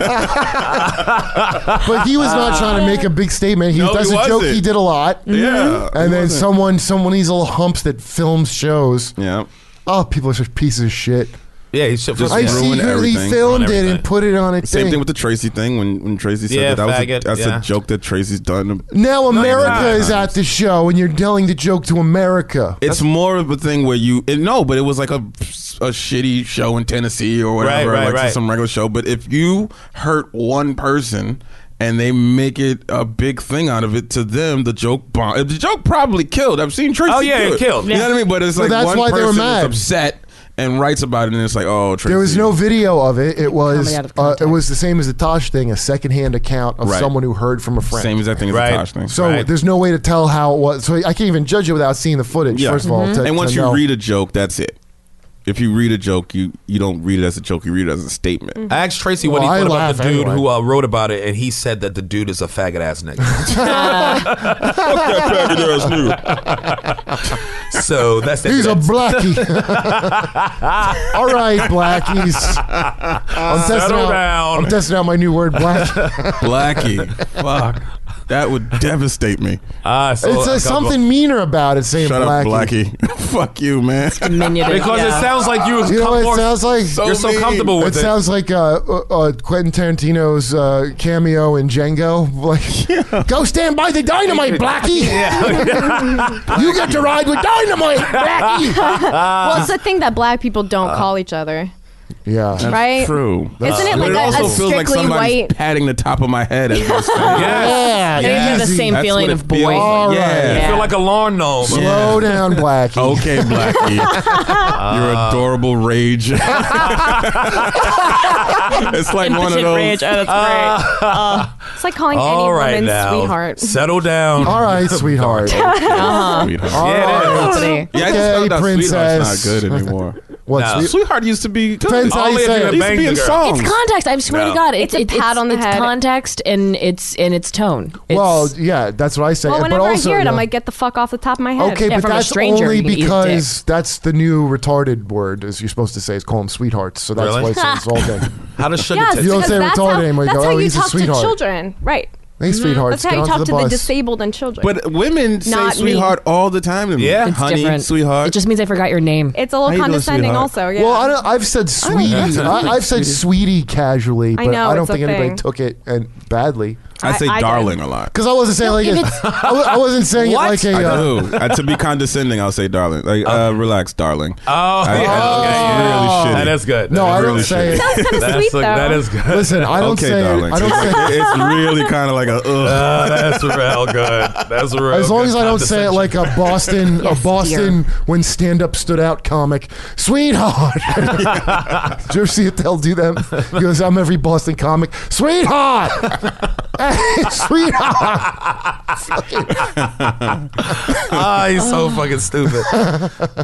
even.
but he was not trying to make a big statement. He
No, he
does a joke
wasn't.
he did a lot.
Yeah,
Mm-hmm.
he
And then
wasn't.
someone someone of these little humps that films shows.
Yeah.
Oh, people are such pieces of shit.
Yeah, he should
Just
I see
ruin
who he
everything.
filmed it
Ruin
and
everything.
put it on a
Same
thing.
thing with the Tracy thing when, when Tracy said
Yeah,
that, that
faggot,
was a, that's
yeah.
a joke that Tracy's done.
now America
not.
is at the show and you're telling the joke to America.
It's more of a thing where you it, no, but it was like a, a shitty show in Tennessee or whatever,
Right, right,
like just
right.
some regular show. But if you hurt one person and they make it a big thing out of it to them, the joke bomb. The joke probably killed. I've seen Tracy.
Oh, yeah, it
do it
killed.
You know what I mean? But it's
Well,
like
that's
one
why they were
person
mad.
is upset and writes about it, and it's like, oh, Tracy.
There was no video of it. It was
Coming out of
uh, it was the same as the Tosh thing, a secondhand account of
Right.
someone who heard from a friend.
Same as that thing as the Tosh thing.
So there's no way to tell how it was. So I can't even judge it without seeing the footage. First of all, to-
and once
to
you
know.
read a joke, that's it. If you read a joke, you you don't read it as a joke. You read it as a statement.
I asked Tracy what
Well, I
he thought
laugh
about the dude
anyway.
who uh, wrote about it, and he said that the dude is a faggot ass
<laughs>
nigga. so that's
He's a
<laughs>
blackie. <laughs> All right, blackies. I'm testing,
Settle
out,
down.
I'm testing out my new word, black.
<laughs> Blackie. Fuck. That would devastate me.
Ah,
it's uh, something meaner about it saying
Shut up,
blackie.
Blackie. Fuck you, man.
Because it sounds like you.
You know what it sounds like?
you're so comfortable with it.
It sounds like uh, uh, Quentin Tarantino's uh, cameo in Django. <laughs> Like, go stand by
<laughs>
the dynamite, Blackie.
Yeah.
you get to ride with
<laughs>
dynamite,
<laughs>
Blackie.
well, it's the thing that black people don't call each other.
<laughs> Yeah,
That's
Right?
True.
Isn't it
But
like
it
a-
also
a
feels like
strictly
somebody's
white-
patting the top of my head. As <laughs> yes.
Yeah,
They have the easy. same feeling of boy. All
yeah.
right. You feel
like a lawn gnome.
Slow down, Blackie.
Okay, Blackie. <laughs> Your adorable
<laughs>
rage. it's like one of
Impotent
those.
rage. Oh, that's great. Uh, It's like calling any
All right
woman
now.
sweetheart.
Settle down.
All right, sweetheart.
<laughs>
Uh-huh.
Sweetheart.
All
Yeah, it
right.
is.
Okay,
Yeah, I just found out
princess.
Sweetheart's not good anymore.
<laughs> What?
Nah.
sweet-
Sweetheart used to be.
Depends how you
Only if
say it.
you're a
Used to
bang
be in
girl.
songs.
It's context. I swear
No.
to God,
It's
it's,
a
it's,
pat on the
it's
head.
context and it's and it's tone. It's,
well, yeah, that's what I say.
well,
but
whenever
also,
I hear it,
yeah.
I'm like, get the fuck off the top of my head.
Okay, but that's only because that's the new retarded word, as you're supposed to say, is call them sweethearts. So that's
Really?
why
<laughs>
it's insulting.
How does sugar
yes,
taste?
You don't
because
say
that's
retarded
how,
anymore. You
That's
go,
how
"Oh,
you
he's a
talk to
sweetheart."
children, right?
Hey, sweethearts,
That's how
get
you
onto
talk
the
to the
bus.
disabled and children.
But women say
Not me.
sweetheart all the time to me.
it's
honey,
different.
sweetheart.
It just means I forgot your name.
It's a little
How you doing,
condescending,
sweetheart?
also. Yeah.
Well, I don't, I've said sweetie.
know.
I, I've said sweetie casually,
I
but I,
know,
don't
it's a
think
thing.
anybody took it and badly.
I say darling a lot.
Because I wasn't saying
No,
like
if
it.
it's-
<laughs> I, wa- I wasn't saying
What?
it like a.
I
uh,
do. Uh, to be condescending, I'll say darling. Like, uh, relax, darling. Oh,
yeah, okay, yeah.
really shitty.
Uh-huh. That is good.
No,
That's
I don't
really
say
shitty.
it. Sounds kinda
That's sweet, like- that though. is good. Listen, I don't
okay,
say it-
darling.
I don't
It's like-
say-
It's really kind of like a. Ugh.
Ah, that's real good. That's real.
As long
good
as I don't say it like a Boston, a Boston when stand up stood out comic,
<laughs>
sweetheart. Did you ever see Attell do that? He goes, "I'm every Boston comic, sweetheart, <laughs> hey,
<laughs>
sweetheart." <laughs>
<laughs> ah, he's so fucking stupid.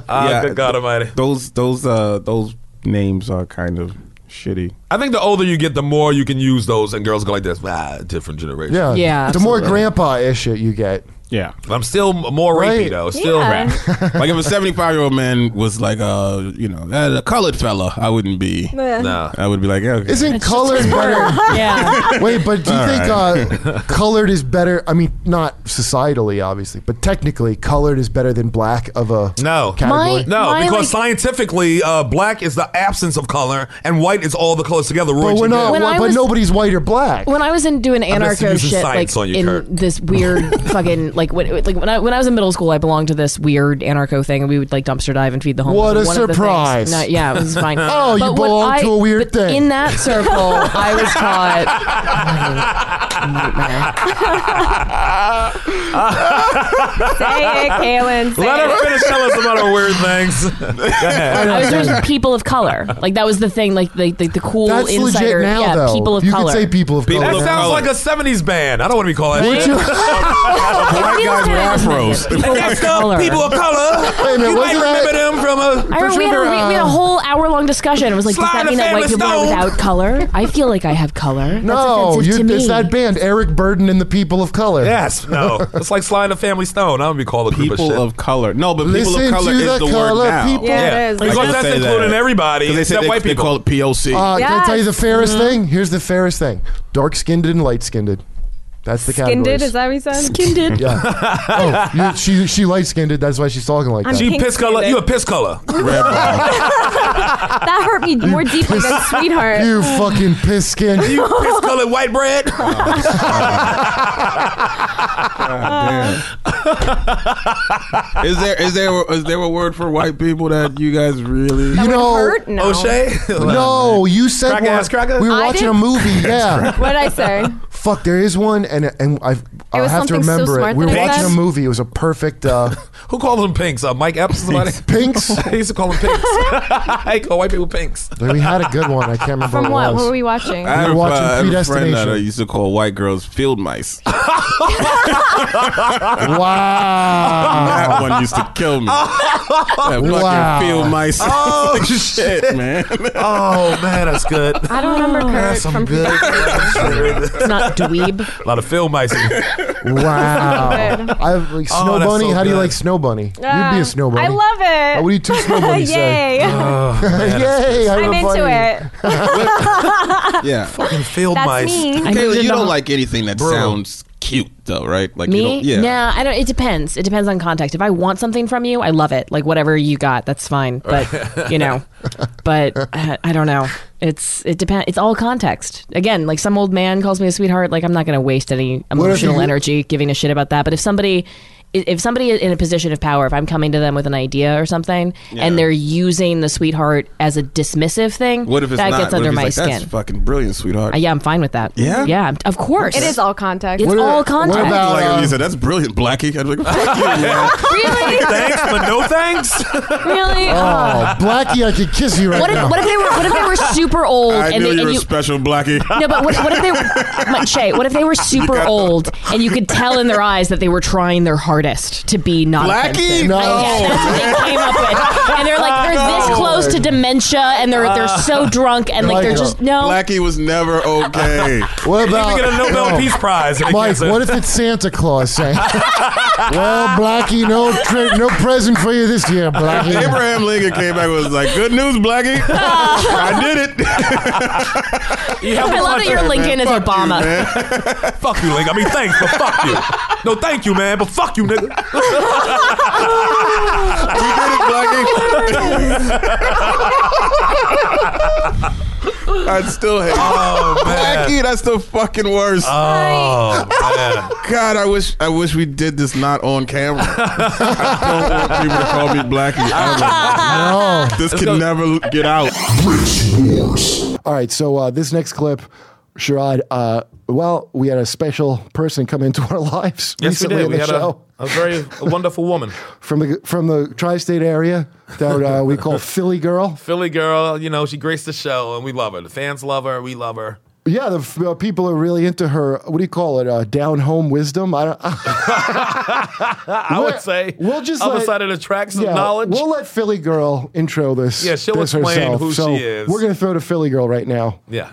Ah, good God Almighty.
Those those uh those names are kind of shitty.
I think the older you get, the more you can use those, and girls go like this. Ah, different generation.
Yeah, The more grandpa-ish shit you get,
Yeah.
I'm still m- more rapey
Right.
though. Still
Yeah. <laughs> like if a 75 year old man was like uh you know a colored fella i wouldn't be
Yeah.
No.
i would be like yeah, okay. <laughs>
isn't colored better?
<laughs> Yeah.
Wait, but do you
All
think
right.
<laughs>
uh, colored is better? I mean, not societally, obviously, but technically, colored is better than black of a
no
category.
no, because scientifically, uh, black is the absence of color, and white is all the colors together. Roy
but
G.
we're not.
Biv.
but nobody's white or black.
When I was in doing
I'm just
anarcho
using
shit,
science
like
on you,
in
Kurt.
this weird
<laughs>
fucking like when like when I when I was in middle school, I belonged to this weird anarcho thing, and we would like dumpster dive and feed the homeless.
What
And
a
one of the things-
surprise.
No, yeah,
<laughs>
it was fine.
Oh, you
But what
belong
I-
to a weird
but
thing.
In that circle, <laughs> I was
<laughs>
taught.
Say it, Kaylin. Say
Let her
it.
finish telling us about her weird things. Go
<laughs>
ahead.
I was just people of color. Like that was the thing. Like the the, the cool
That's legit
insider.
now,
yeah,
though.
people of
You could
color.
say people of
that
color.
sounds like a '70s band. I don't want to be called that.
Would
shit.
you-
<laughs> Black guys with afros.
People of
Next up,
color.
people of color.
Wait a minute,
you might
wasn't that-
remember them from a.
I remember we had, a, we, we had a whole hour long discussion. It was like, does
Slide
that
a
mean that white
famous
people are
stone.
without color? I feel like I have color.
no,
That's offensive
you,
to
it's
me.
that band, Eric Burden and the People of Color.
Yes,
<laughs>
no. It's like sliding a family stone. I would be called a group
people
of shit.
of color no but
Listen
people of color
to
is
the
the,
color
word now
people.
Yeah, it is.
I
Because
can
that's
say that.
including everybody
'Cause they said
except
they,
white
they
people.
call it poc
<laughs> Uh, Can I tell you the
Yes.
fairest
Mm-hmm.
thing? Here's the fairest thing: dark skinned and light skinned. That's the
Skinned it?
categories.
Is that what he
<laughs>
said?
Skinned it.
<laughs>
Yeah. oh, you, she she light skinned. That's why she's talking like
I'm
that.
She pink
piss color. You a piss color.
that hurt me more deeply than sweetheart.
You fucking piss skin.
You piss colored white bread. <laughs>
is there is there is there a word for white people that you guys
<laughs>
really
you know,
hurt? No.
<laughs>
O'Shea?
no, you said
Crack
one-
ass cracker?
we were
I
watching a
didn't-
movie.
<laughs>
Yeah,
What did I say?
fuck, there is one, and and I've, I
was
have to
something so
remember
smart
it. We were
that I
watching
said.
a movie. It was a perfect.
<laughs>
Uh,
Who called them pinks? Uh, Mike Epps? Somebody?
Pinks?
<laughs> he used to call them pinks. I call white people pinks.
we had a good one. I can't remember
From
what
what?
it was.
What were
<laughs>
we watching?
I
We
have,
were
a-
watching
I have a friend that
Predestination.
I used to call white girls field mice.
Wow.
<laughs> that one used to kill me.
<laughs>
That
Wow.
fucking field mice. <laughs>
Oh,
shit, man.
<laughs> Oh, man, that's good. Oh,
I don't remember Kurt
That's
from
some good.
It's not dweeb.
<laughs> A lot of film mice.
Wow.
Good.
I have, like, Snow
Oh, that's
Bunny.
so
how do you
good.
like Snow Bunny? You'd be a Snow Bunny.
I love it.
Oh, what do you two
<laughs>
Snow Bunnies say? <laughs>
Yay.
Oh, man, that's-
Yay!
I'm
have a
into
bunny.
it.
<laughs>
Yeah.
Fucking field
That's
mice.
me.
I
Kayla,
moved
you
into
don't
a-
like anything that
Bro.
sounds cute, though, right? Like you
Me?
don't, yeah.
Nah, I don't. It depends. It depends on context. If I want something from you, I love it. Like whatever you got, that's
<laughs>
fine. But you know, but uh, I don't know. It's it depends. It's all context. Again, like some old man calls me a sweetheart. Like I'm not going to waste any
if
emotional
you-
energy giving a shit about that. But if somebody. i- If somebody in a position of power, if I'm coming to them with an idea or something, and they're using the sweetheart as a dismissive thing,
What if it's
that
not?
gets
What
under
if it's
my
like,
skin?
That's fucking brilliant, sweetheart.
Uh, yeah, I'm fine with that.
Yeah?
yeah, I'm- of
<laughs>
course.
It is all contact.
It's
What
all
about- what
context.
about,
Like if
uh,
you said, that's brilliant, Blackie. I'd be like, fuck you,
<laughs>
man.
really?
Thanks, but no thanks.
<laughs>
really?
Oh, Blackie, I could kiss you right
What if,
now.
what if they were what if they were super old
<laughs> I
and,
knew
they,
you
and
were
you
special, Blackie.
<laughs> no, but what,
<laughs>
what if they were, my- Shay? What if they were super old and you could tell in their eyes that they were trying their hardest to be not offensive.
Blackie? No.
Yeah, that's what they came up with. And they're like, they're this close to dementia, and they're they're so drunk, and like they're just no.
Blackie was never
<laughs>
okay.
What about- get a Nobel
<laughs>
Peace Prize if it
Mike,
gets it.
what if it's Santa Claus saying, <laughs> "Well, Blackie, no, tra- no present for you this year, Blackie."
Abraham Lincoln came back and was like, "Good news, Blackie,
<laughs>
I <laughs> did it."
I love that
<laughs>
your Lincoln is Obama.
<laughs>
fuck you, Lincoln. I mean, thanks, but fuck you. No, thank you, man, but fuck you, nigga.
I'd still hate. <laughs>
Oh,
man. Blackie, that's the fucking worst.
Oh man.
God, I wish I wish we did this not on camera. I don't want people to call me Blackie ever. No, this can never get out.
All right, so uh, this next clip, Sherrod. Uh, well, we had a special person come into our <laughs> lives
Yes, we
recently
did.
on
We
the
had a,
show
a very wonderful woman,
from the from the tri-state area that uh, we call Philly Girl.
Philly girl. You know, she graced the show, and we love her. The fans love her. We love her. <laughs>
Yeah, the f- uh, people are really into her. What do you call it? Uh, down home wisdom. I don't.
I would say
we'll just
other
let-
side of the track some
yeah,
knowledge.
We'll let Philly Girl intro this.
Yeah, she'll
this
explain
herself.
who
so
she is.
We're gonna throw to Philly Girl right
<laughs>
now.
yeah.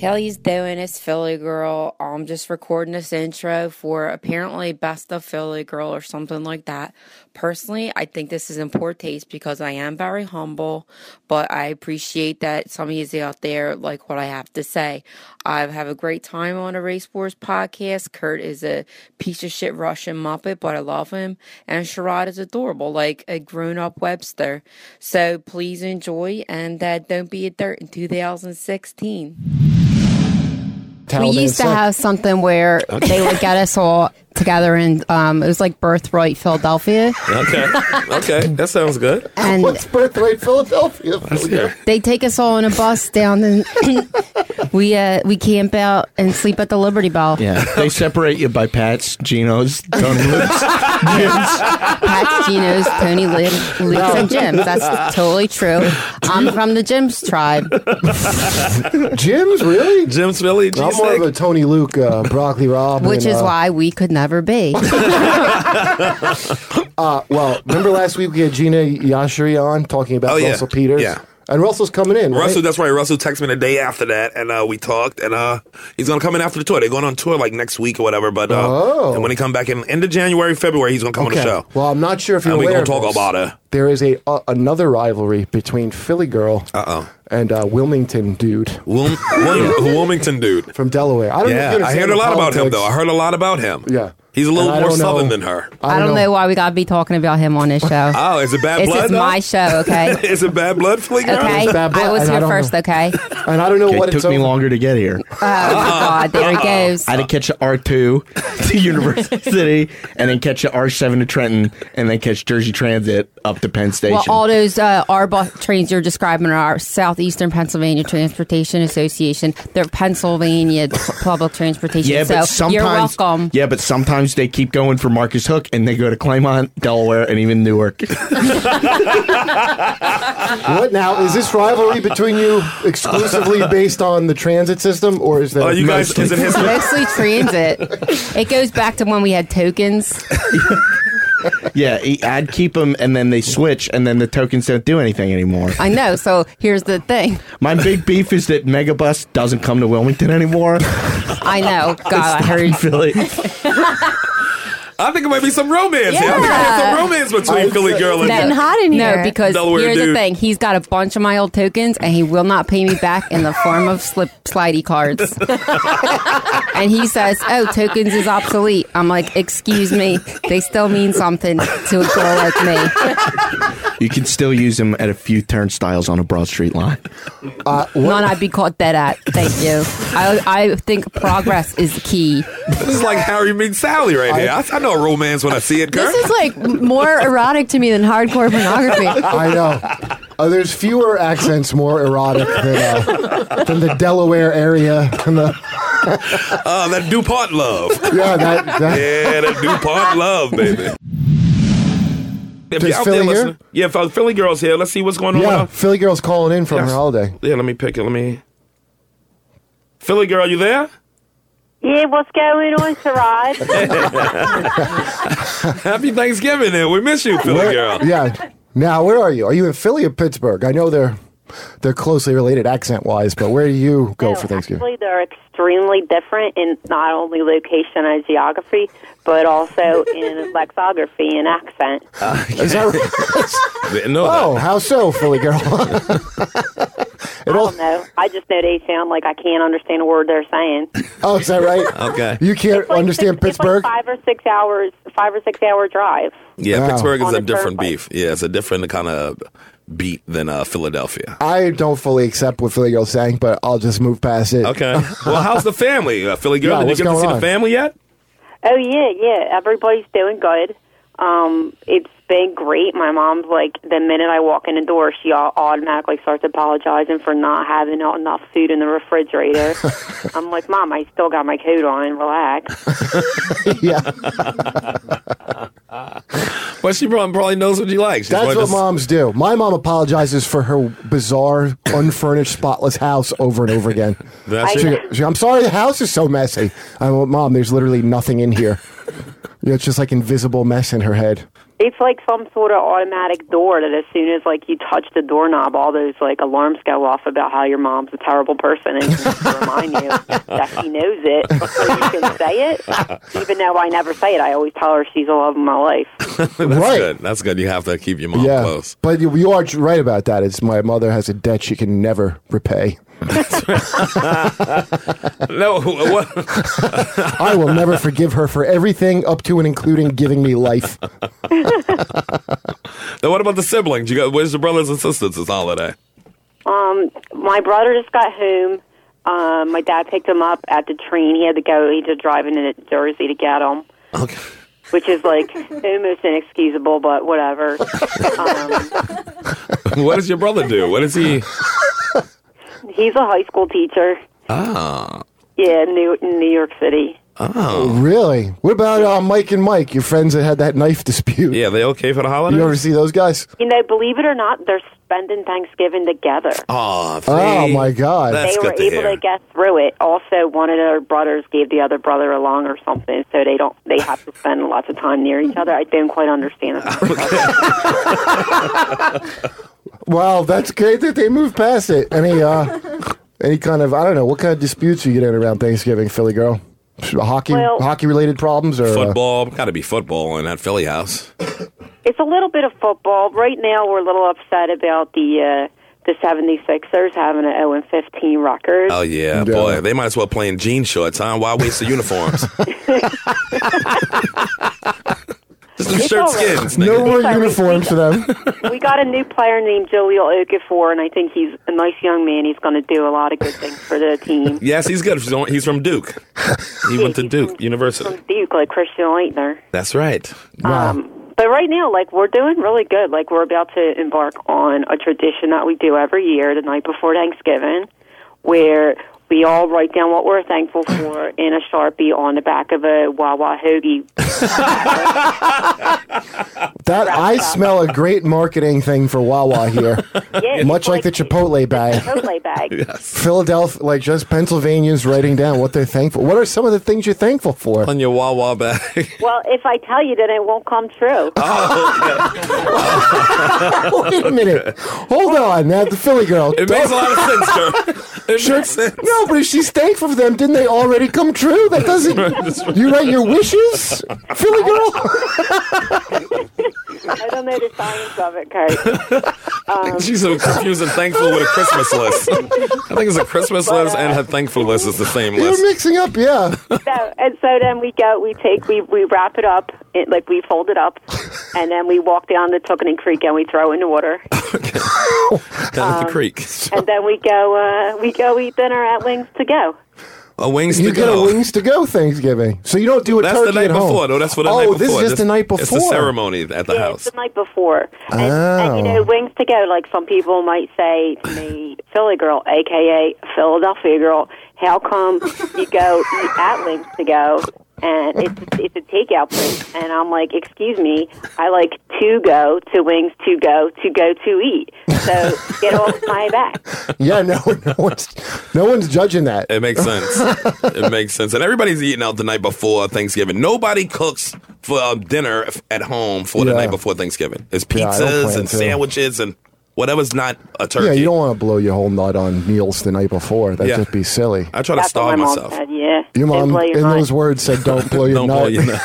Hell, he's doing it's Philly Girl. I'm just recording this intro for apparently Best of Philly Girl or something like that. Personally, I think this is in poor taste because I am very humble, but I appreciate that some of you out there like what I have to say. I have a great time on a Race Wars podcast. Kurt is a piece of shit Russian Muppet, but I love him. And Sherrod is adorable, like a grown up Webster. So please enjoy and uh, don't be a dirt in 2016
we used to have something where they would get us all together, and um, it was like Birthright Philadelphia.
Okay. Okay. That sounds good.
And
Birthright Philadelphia.
they take us all on a bus down, and <laughs> we uh, we camp out and sleep at the Liberty Bell.
<laughs>
Yeah, they separate you by Pat's, Geno's, Tony Lips.
<laughs>
Pat's, Gino's, Tony Lynn, Luke's, and Jim's. That's totally true. I'm from the Jim's tribe.
Jim's really?
Jim's Philly.
I'm more of a Tony Luke, uh, broccoli uh, Rob,
Which is why we could never be.
Uh, well, remember last week we had Gina Yashiri on talking about
Oh, yeah.
Russell Peters.
Yeah.
and Russell's coming in. right?
Russell, that's right. Russell texted me the day after that, and uh, we talked. And uh, he's gonna come in after the tour. They're going on tour like next week or whatever. But uh,
Oh.
and when he come back in end of January, February, he's gonna come on the show.
Well, I'm not sure if you're
And we
aware.
gonna
of
talk
this.
about it.
There is a uh, another rivalry between Philly girl and uh, Wilmington dude
Wil-
<laughs>
Wil- Wilmington dude.
from Delaware. I don't know if
yeah,
you
I heard a
understand
lot about him
politics.
though. I heard a lot about him. Yeah, he's a
And
little
I
more
don't
southern
know.
than her.
I don't know why we gotta be talking about him on this show.
Oh, is it bad
This
blood?
is
though?
my show, okay?
<laughs> is it bad blood, Flick?
Okay, I was here first, okay?
And I don't know
Okay,
what
it
it's
took me
over-
longer to get here.
Oh, God, there it goes.
I had to catch a <laughs> R2 to University City and then catch a R7 to Trenton and then catch Jersey Transit up to Penn Station.
Well, all those uh, our bus trains you're describing are our Southeastern Pennsylvania Transportation Association. They're Pennsylvania p- Public Transportation.
yeah, but
so
sometimes
you're welcome.
Yeah, but sometimes they keep going for Marcus Hook and they go to Claymont, Delaware, and even
<laughs>
Newark.
<laughs> What now? Is this rivalry between you
<laughs>
exclusively based on the transit system, or is that?
Oh, you guys- is it his-
Mostly transit. It goes back to when we
<laughs>
had tokens.
yeah, he- I'd keep them and then they switch and then the tokens don't do anything anymore.
I know. So here's the thing.
My big beef is that Megabus doesn't come to Wilmington anymore.
I know. God, I heard.
Harry Philly.
I think it might be some romance. here. I think there's some romance between Philly girl and
No, because
Delaware
here's the
dude.
thing: he's got a bunch of my old tokens, and he will not pay me back in the form of slip
<laughs>
slidey cards. and he says, "Oh, tokens is obsolete." I'm like, "Excuse me, they still mean something to a girl like me."
You can still use them at a few turnstiles on a Broad Street line.
None I'd be caught dead at. Thank you. I, I think progress is key.
This is like Harry meets Sally right here. I, I know a romance when I see it, girl.
This is like more erotic to me than hardcore pornography.
I know. Uh, there's fewer accents more erotic than, uh, than the Delaware area. And the,
<laughs> uh, that DuPont love.
<laughs> Yeah, that- that-
yeah, that DuPont love, baby. If
Does
you're out
Philly
there
hear?
listening, yeah, Phil- Philly girls here. Let's see what's going on.
yeah, Philly girl's calling in from
Yes.
her holiday.
Yeah, let me pick it. Let me. Philly girl, you there?
Yeah, what's
<laughs>
going on, Saraj?
<laughs> Happy Thanksgiving, and we miss you, Philly
Where-
girl.
Yeah. Now, where are you? Are you in Philly or Pittsburgh? I know they're they're closely related accent wise, but where do you go for Thanksgiving?
Actually, they're extremely different in not only location and geography, but also
<laughs>
in lexicography and accent.
Is that
<laughs>
right? oh, how so, Philly girl?
I don't know. I just know they sound like I can't understand a word they're saying.
oh, is that right?
Okay.
You can't understand Pittsburgh.
Five or six hours, five or six hour drive.
Yeah, Pittsburgh is
On
a
the
different beef. Yeah, it's a different kind of beat than uh, Philadelphia.
I don't fully accept what Philly girl's saying, but I'll just move past it.
Okay.
<laughs>
well, how's the family, uh, Philly
Yeah,
girl? Did
what's
you get to
going
see
on?
the family yet?
Oh yeah, yeah. Everybody's doing good. Um, it's been great. My mom's like the minute I walk in the door, she au- automatically starts apologizing for not having enough food in the refrigerator. I'm like, Mom, I still got my coat on. Relax.
yeah.
Well, she prob- probably knows what you like. She's
That's
like
what
this-
moms do. My mom apologizes for her bizarre, unfurnished, spotless house over and over again.
<laughs> That's
She-
it.
she- I'm sorry the house is so messy. I'm like, Mom, there's literally nothing in here. <laughs> You know, it's just like invisible mess in her head.
It's like some sort of automatic door that as soon as like you touch the doorknob, all those like alarms go off about how your mom's a terrible person and she needs to remind you that she knows it so you can say it. Even though I never say it, I always tell her she's the love of my life.
<laughs> That's good. That's good. You have to keep <laughs> your mom
yeah.
Oh, close.
But you, you are right about that. It's my mother has a debt she can never repay.
no, what?
I will never forgive her for everything up to and including giving me life.
<laughs> Now, what about the siblings? You got where's your brothers and sisters this holiday? <laughs>
Um, my brother just got home. Um, my dad picked him up at the train. He had to go. He had to drive into Jersey to get him.
Okay.
Which is like almost inexcusable, but whatever. um,
what does your brother do? What
<laughs>
is he?
he's a high school teacher.
Ah,
Yeah, New in New York City.
Oh, really? What about uh, Mike and Mike, your friends that had that knife dispute?
yeah, they okay for the holiday?
You ever see those guys?
You know, believe it or not, they're spending Thanksgiving together.
Oh,
Oh my God!
they were able to get through it. Also, one of their brothers gave the other brother a lung or something, so they don't. They have to spend lots of time near each other. I didn't quite understand it.
Wow, that's great that they moved past it. Any
<laughs>
uh, any kind of I don't know what kind of disputes you get in around Thanksgiving, Philly girl? Hockey
Well-
hockey related problems or uh,
Football, got to be football in that Philly house.
It's a little bit of football. Right now, we're a little upset about the uh, the 76ers having an 0 and 15 record.
Oh yeah, boy, they might as well play in jean shorts, huh? Why waste
<laughs>
the uniforms? Just them
It's
shirt
all right.
skins.
no
Nigga.
more uniforms for them.
<laughs>
we got a new player named Jaleel Okafor, and I think he's a nice young man. He's going to do a lot of good things for the team.
<laughs> Yes, he's good. He's on- He's from Duke. He went to Duke University.
Duke, like Christian Leitner.
That's right.
But right now, like we're doing really good. Like we're about to embark on a tradition that we do every year, the night before Thanksgiving, where we all write down what we're thankful for in a sharpie on the back of a Wawa hoagie.
That I smell a great marketing thing for Wawa here,
<laughs>
Yeah,
much like the Chipotle bag.
<laughs> Chipotle bag.
<laughs> Philadelphia, like just Pennsylvanians writing down what they're thankful. What are some of the things you're thankful for?
On your Wawa bag.
Well, if I tell you, then it won't come true.
<laughs> Oh, Wait a minute. Hold on. Now, the Philly girl.
It makes a lot of sense,
<laughs>
Joe. It makes sense.
No, but if she's thankful for them, didn't they already come true? That
<laughs>
doesn't. You write your wishes, Philly girl.
I don't know the science of
<laughs>
it, Kurt.
<laughs>
Um,
She's so confused and thankful with a Christmas
<laughs>
list. I think it's a Christmas list and her thankful list is the same
You're
list.
mixing up, yeah.
so, and so then we go, we take, we, we wrap it up, it, like we fold it up, and then we walk down the Tuckening Creek and we throw it in
<laughs>
the water.
Down
Um,
at the creek.
and then we go uh, we go eat dinner at Wings to Go.
A wings
You
to
get a
go.
wings to go Thanksgiving, so you don't do it.
That's
turkey
the
at
night
home.
before, though. That's for the
oh,
night before.
this is just the night before.
It's the ceremony at the house.
It's the night before. And,
Oh.
and you know, Wings to Go, like some people might say to me, Philly girl, aka Philadelphia girl, how come you go eat at Wings to Go and it's it's a takeout place. And I'm like, excuse me, I like to go to wings to go to go to eat. So get off my back.
<laughs> yeah, no, no one's no one's judging that.
It makes sense. it makes sense. And everybody's eating out the night before Thanksgiving. Nobody cooks for uh, dinner f- at home for the
Yeah.
night before Thanksgiving. It's
Yeah, I don't
pizzas
plan
and
to.
sandwiches and whatever's not a turkey.
Yeah, you don't want to blow your whole nut on meals the night before. That'd
Yeah.
just be silly.
I try to starve myself.
yeah.
Your
Don't
mom,
blow your
in <laughs>
mind.
those words, said, "Don't
<laughs>
blow your
Don't
nut."
blow your nut.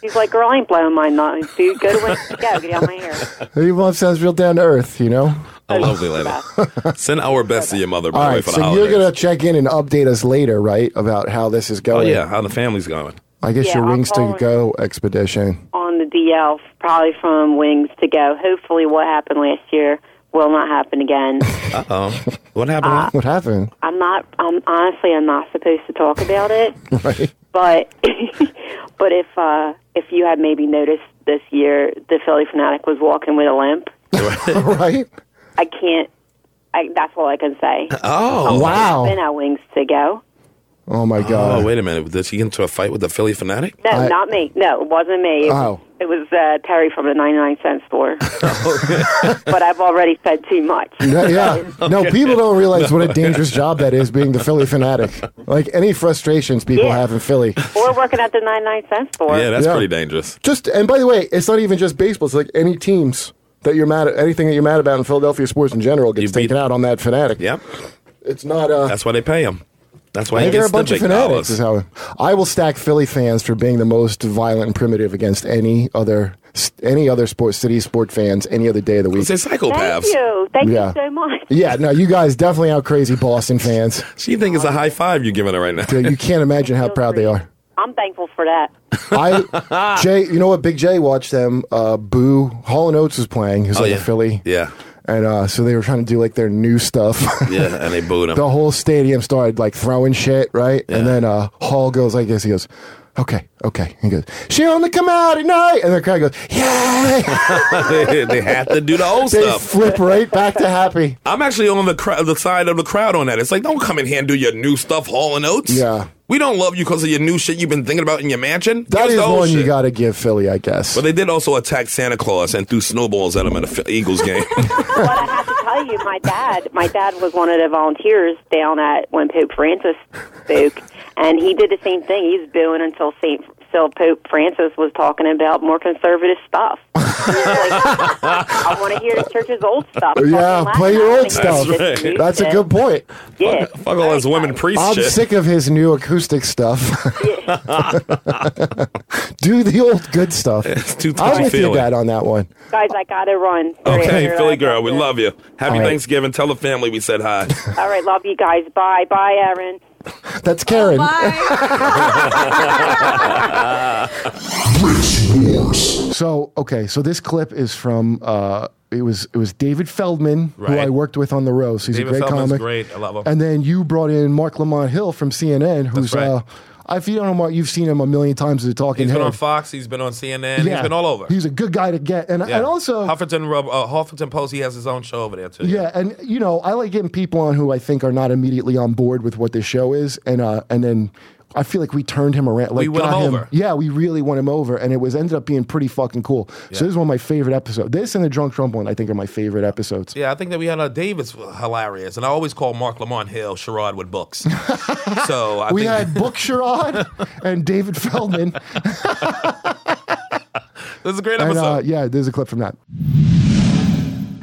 He's like, girl, I ain't blowing my nut, dude. Go to wings to go. Get out my hair.
<laughs> Your mom sounds real down to earth, you know.
A lovely lady. <laughs> Send our best to your mother, by
All
the way,
right,
for
so
the
you're
holiday.
gonna check in and update us later, right, about how this is
Oh,
going?
yeah, how the family's going.
I guess
Yeah,
your
I'll
wings
call
to go
<laughs>
expedition.
on the DL, probably from Wings to Go. Hopefully, what happened last year will not
<laughs>
happen again.
Uh oh. What happened?
what happened?
I'm not. I'm honestly, I'm not supposed to talk
<laughs>
about it.
Right.
But, <laughs> but if uh, if you had maybe noticed this year, the Philly fanatic was walking with a limp.
right.
I can't. I, that's all I can say.
Oh.
I've
Wow.
Been at Wings to Go.
Oh my
god! Oh wait a minute! Did she get into a fight with the Philly fanatic?
No, not me. No, it wasn't me. It,
Oh.
it was uh, Terry from the 99 cent
<laughs>
store. but I've already said too much.
No,
<laughs>
yeah. No, people don't realize what a dangerous job that is being the Philly fanatic. Like any frustrations people have in Philly.
Or working at the 99 cent store.
Yeah, that's pretty dangerous.
Just and by the way, it's not even just baseball, it's like any teams that you're mad at anything that you're mad about in Philadelphia sports in general gets taken out on that fanatic.
Yep.
It's not. Uh,
that's why they pay him. That's why
I
he
think they're
gets
a bunch
the
of
big
fanatics. Is
dollars.
how I will stack Philly fans for being the most violent and primitive against any other any other sports city sport fans any other day of the week.
They're psychopaths.
Thank you. Thank
Yeah.
you so much.
Yeah, no, you guys definitely out crazy Boston fans.
<laughs> She thinks it's a high five you're giving her right now.
Dude, you can't imagine how proud they are.
I'm thankful for that.
<laughs>
I Jay, you know what? Big Jay watched them. Uh, Boo Hall and Oates was playing. He's
Oh,
like
yeah.
a Philly,
Yeah,
and uh, so they were trying to do like their new stuff.
yeah, and they booed him.
the whole stadium started like throwing shit, right? And then uh, Hall goes like this. He goes, "Okay, okay." He goes, "She only come out at night," and the crowd goes,
<laughs>
"Yay!"
<laughs> they have to do the old
they
stuff.
flip right back to
<laughs>
happy.
I'm actually on the cr- the side of the crowd on that. It's like, don't come in here and do your new stuff, Hall and Oates.
Yeah.
we don't love you because of your new shit you've been thinking about in your mansion. Give
That
us
is
the old
one you
"Oh, shit.
got to give Philly, I guess.
But they did also attack Santa Claus and threw snowballs at him at a F-
<laughs>
Eagles game.
have to tell you, my dad, my dad was one of the volunteers down at when Pope Francis spoke, and he did the same thing. He's booing until Saint, until Pope Francis was talking about more conservative stuff. <laughs> He was like, I want to hear the church's old stuff.
yeah,
Fucking
play your old
Latin
stuff.
music, this new
That's a
shit.
good point.
Yeah,
Fuck all those women priest
I'm
shit.
sick of his new acoustic
<laughs>
stuff. <laughs> Do the old good stuff.
too
I'm with your
touchy-feely.
dad on that one.
guys, I gotta run.
<laughs> Okay,
Sorry,
Philly girl, we love you. Happy
All right.
Thanksgiving. Tell the family we
<laughs>
said hi.
All right, love you guys. Bye, bye, Aaron.
That's Karen.
<laughs>
So okay, so this clip is from uh, it was it was David Feldman who
Right.
I worked with on the row. So he's
David
a great
Feldman's
comic.
great. I love him.
And then you brought in Mark Lamont Hill from CNN, who's
right.
uh, if you don't know Mark, you've seen him a million times as a talking
He's
head.
been on Fox. He's been on CNN.
Yeah.
He's been all over.
He's a good guy to get, and
Yeah.
and also
Huffington, Rub- uh, Huffington Post. He has his own show over there too.
Yeah, and you know, I like getting people on who I think are not immediately on board with what this show is, and uh, and then I feel like we turned him around. Like
We won him
got
over.
Yeah, we really won him over, and it was ended up being pretty fucking cool. So this is one of my favorite episodes. This and the drunk Trump one, I think, are my favorite episodes.
Yeah, I think that we had uh, David's hilarious, and I always call Mark Lamont Hill Sherrod with
<laughs>
books. so I
we
think <laughs>
had Book Sherrod and David Feldman.
this is a great
And,
episode.
uh, yeah, there's a clip from that.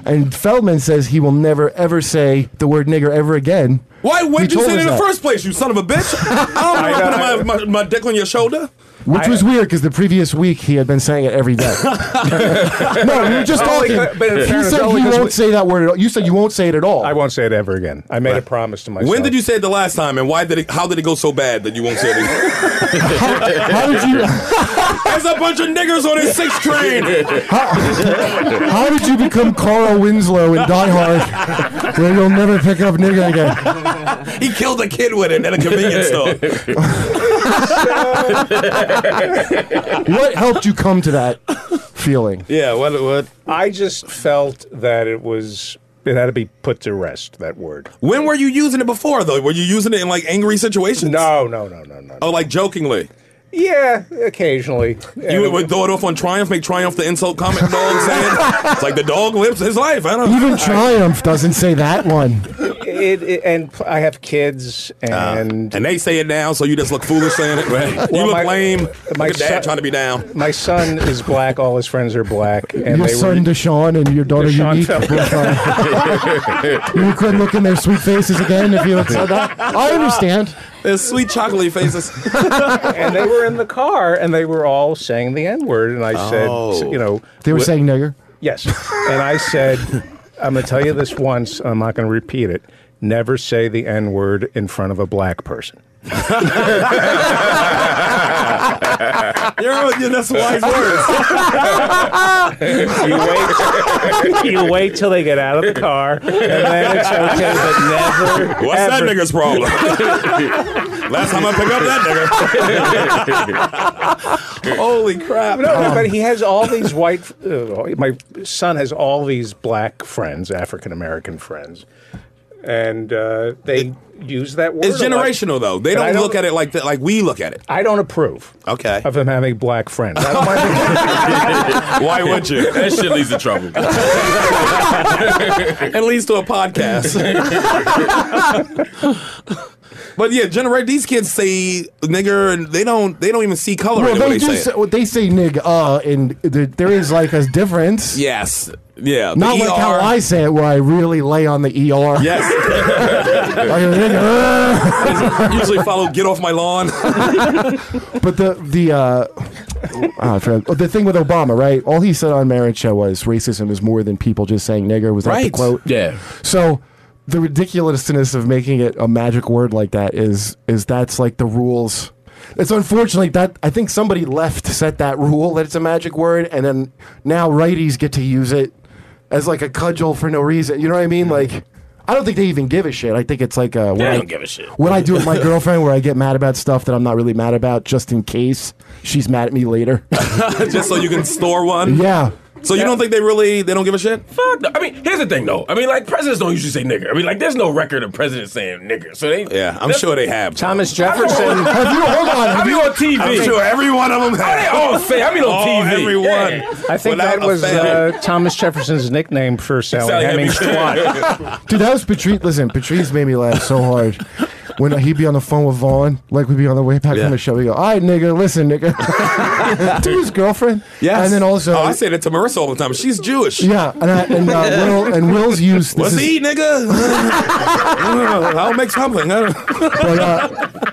And Feldman says he will never ever say the word nigger ever again.
Why? When
He
did you
told
say it
us
in the
that.
first place, you son of a
<laughs>
bitch? I don't know. put my, my, my dick on your shoulder.
Which was weird because the previous week he had been saying it every
<laughs>
day. no, we were just
Only
talking.
co- but
<laughs>
in
you
fairness,
said
only
you
'cause
won't
we-
say that word at all. You said you won't say it at all.
I won't say it ever again. I made a promise
<laughs>
to myself.
When did you say it the last time, and why did it? How did it go so bad that you won't say it? Again?
How did you?
There's a bunch of niggers on his sixth train.
How did you become Carl Winslow in Die Hard, where you'll never pick up nigga again?
he killed a kid with it at a convenience store.
What helped you come to that feeling?
Yeah, what what I just felt that it was It had to be put to rest. That word.
When were you using it before though? Were you using it in like angry situations?
No, no, no, no,
no. Oh, like jokingly.
Yeah, occasionally.
You would throw it off on Triumph, make Triumph the insult comment dog saying it's like the dog lives his life. I don't know.
Even Triumph doesn't say that one.
It, it, and pl- I have kids, and
Uh, And they say it now, so you just look foolish saying it. Right? <laughs> you
Well,
look
my-
lame.
my
look at dad
son-
trying to be down.
<laughs> my son is black. All his friends
<laughs>
are black,
your
and they
son
<laughs> were.
Deshaun and your daughter
Deshaun
Unique.
fell- <laughs>
<laughs>
you couldn't look in their sweet faces again if you had said that. I understand.
There's sweet chocolatey faces.
and they were in
<laughs>
the car, and they were all saying the N word, and I
Oh.
said, you know,
They were
wh-
saying nigger.
Yes. And I said, I'm going to tell you this once, I'm not going to repeat it. Never say the N word in front of a black person.
You're, you that's wise
you, wait, <laughs> you wait till they get out of the car, and then it's okay, but never.
<laughs>
What's that
ever-
nigga's problem? Last time I picked up
<laughs>
that nigga. Holy crap.
No, no, but he has all these white. Uh, my son has all these black friends, African American friends, and uh, they use that word.
It's
a lot. <laughs>
generational though. They
But I
don't, look at it like that, like we look at it.
I
<laughs>
don't approve.
Okay.
Of him having black friends. I don't
Why would you?
<laughs> That shit leads to trouble.
<laughs> it leads to a podcast. <laughs> but yeah, generate these kids say nigger and they don't they don't even see color in the way
they
they say
say,
it.
well, they say nigga, uh, and there, there is like a difference.
Yes. Yeah. the
Not like how
E
ER. <laughs>
I say it, where I really lay on the ER. <laughs> I hear nigga. uh,
Yes. Usually follow get off my lawn. <laughs>
but the the uh, oh, I forgot- oh, the thing with Obama, right? All he said on Marriage Show was racism is more than people just saying nigger. Was that the
Right.
quote?
Yeah.
So the ridiculousness of making it a magic word like that is is that's like the rules. It's unfortunately that I think somebody left set that rule that it's a magic word, and then now righties get to use it as like a cudgel for no reason. You know what I mean? Like. I don't think they even give a shit. I think it's like uh,
They
I-
don't give a shit.
What I do with my girlfriend, where I get mad about stuff that I'm not really mad about, just in case she's mad at me later. <laughs>
Just so you can store one.
Yeah.
So you don't think they really they don't give a shit?
Fuck. No. I mean, here's the thing, though. I mean, like presidents don't usually say nigger. I mean, like there's no record of presidents saying nigger. So they.
Yeah, I'm
that's-
sure they have.
Thomas
<laughs>
Jefferson.
Have you- hold on, have
I mean,
you-
on TV.
I'm sure
<laughs>
every one of them
How
have.
they all say. I mean, on
Oh,
TV.
everyone.
Yeah.
I think
Without
that was uh,
offending.
Thomas Jefferson's nickname for Sally,
Sally
Hemings.
Hemings. <laughs>
Dude, that was Patrice. Listen, Patrice made me laugh so hard. When he'd be on the phone with Vaughn, like we'd be on the way back from the show, we go, "All right, nigga, listen, nigga," <laughs> to his girlfriend.
Yes.
and then also,
oh, I say that to Marissa all the time. She's Jewish.
yeah, and, I, and uh,
<laughs>
Will and Will's used.
What's
this is-
he, nigga? <laughs> I'll make something. I don't-
But,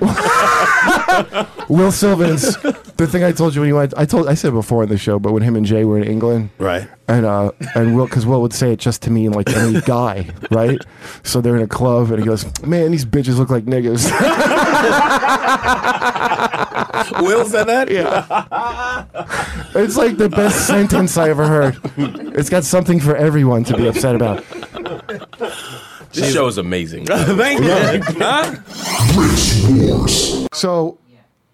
uh, Will Sylvans, the thing I told you when you went, I told, I said before in the show, but when him and Jay were in England,
Right.
and uh, and Will, because Will would say it just to mean like any guy, right? So they're in a club, and he goes, "Man, these bitches look like niggas." <laughs>
Will said that? Yeah.
it's like the best sentence I ever heard. It's got something for everyone to be upset about.
This show is amazing.
Thank you. Huh?
So,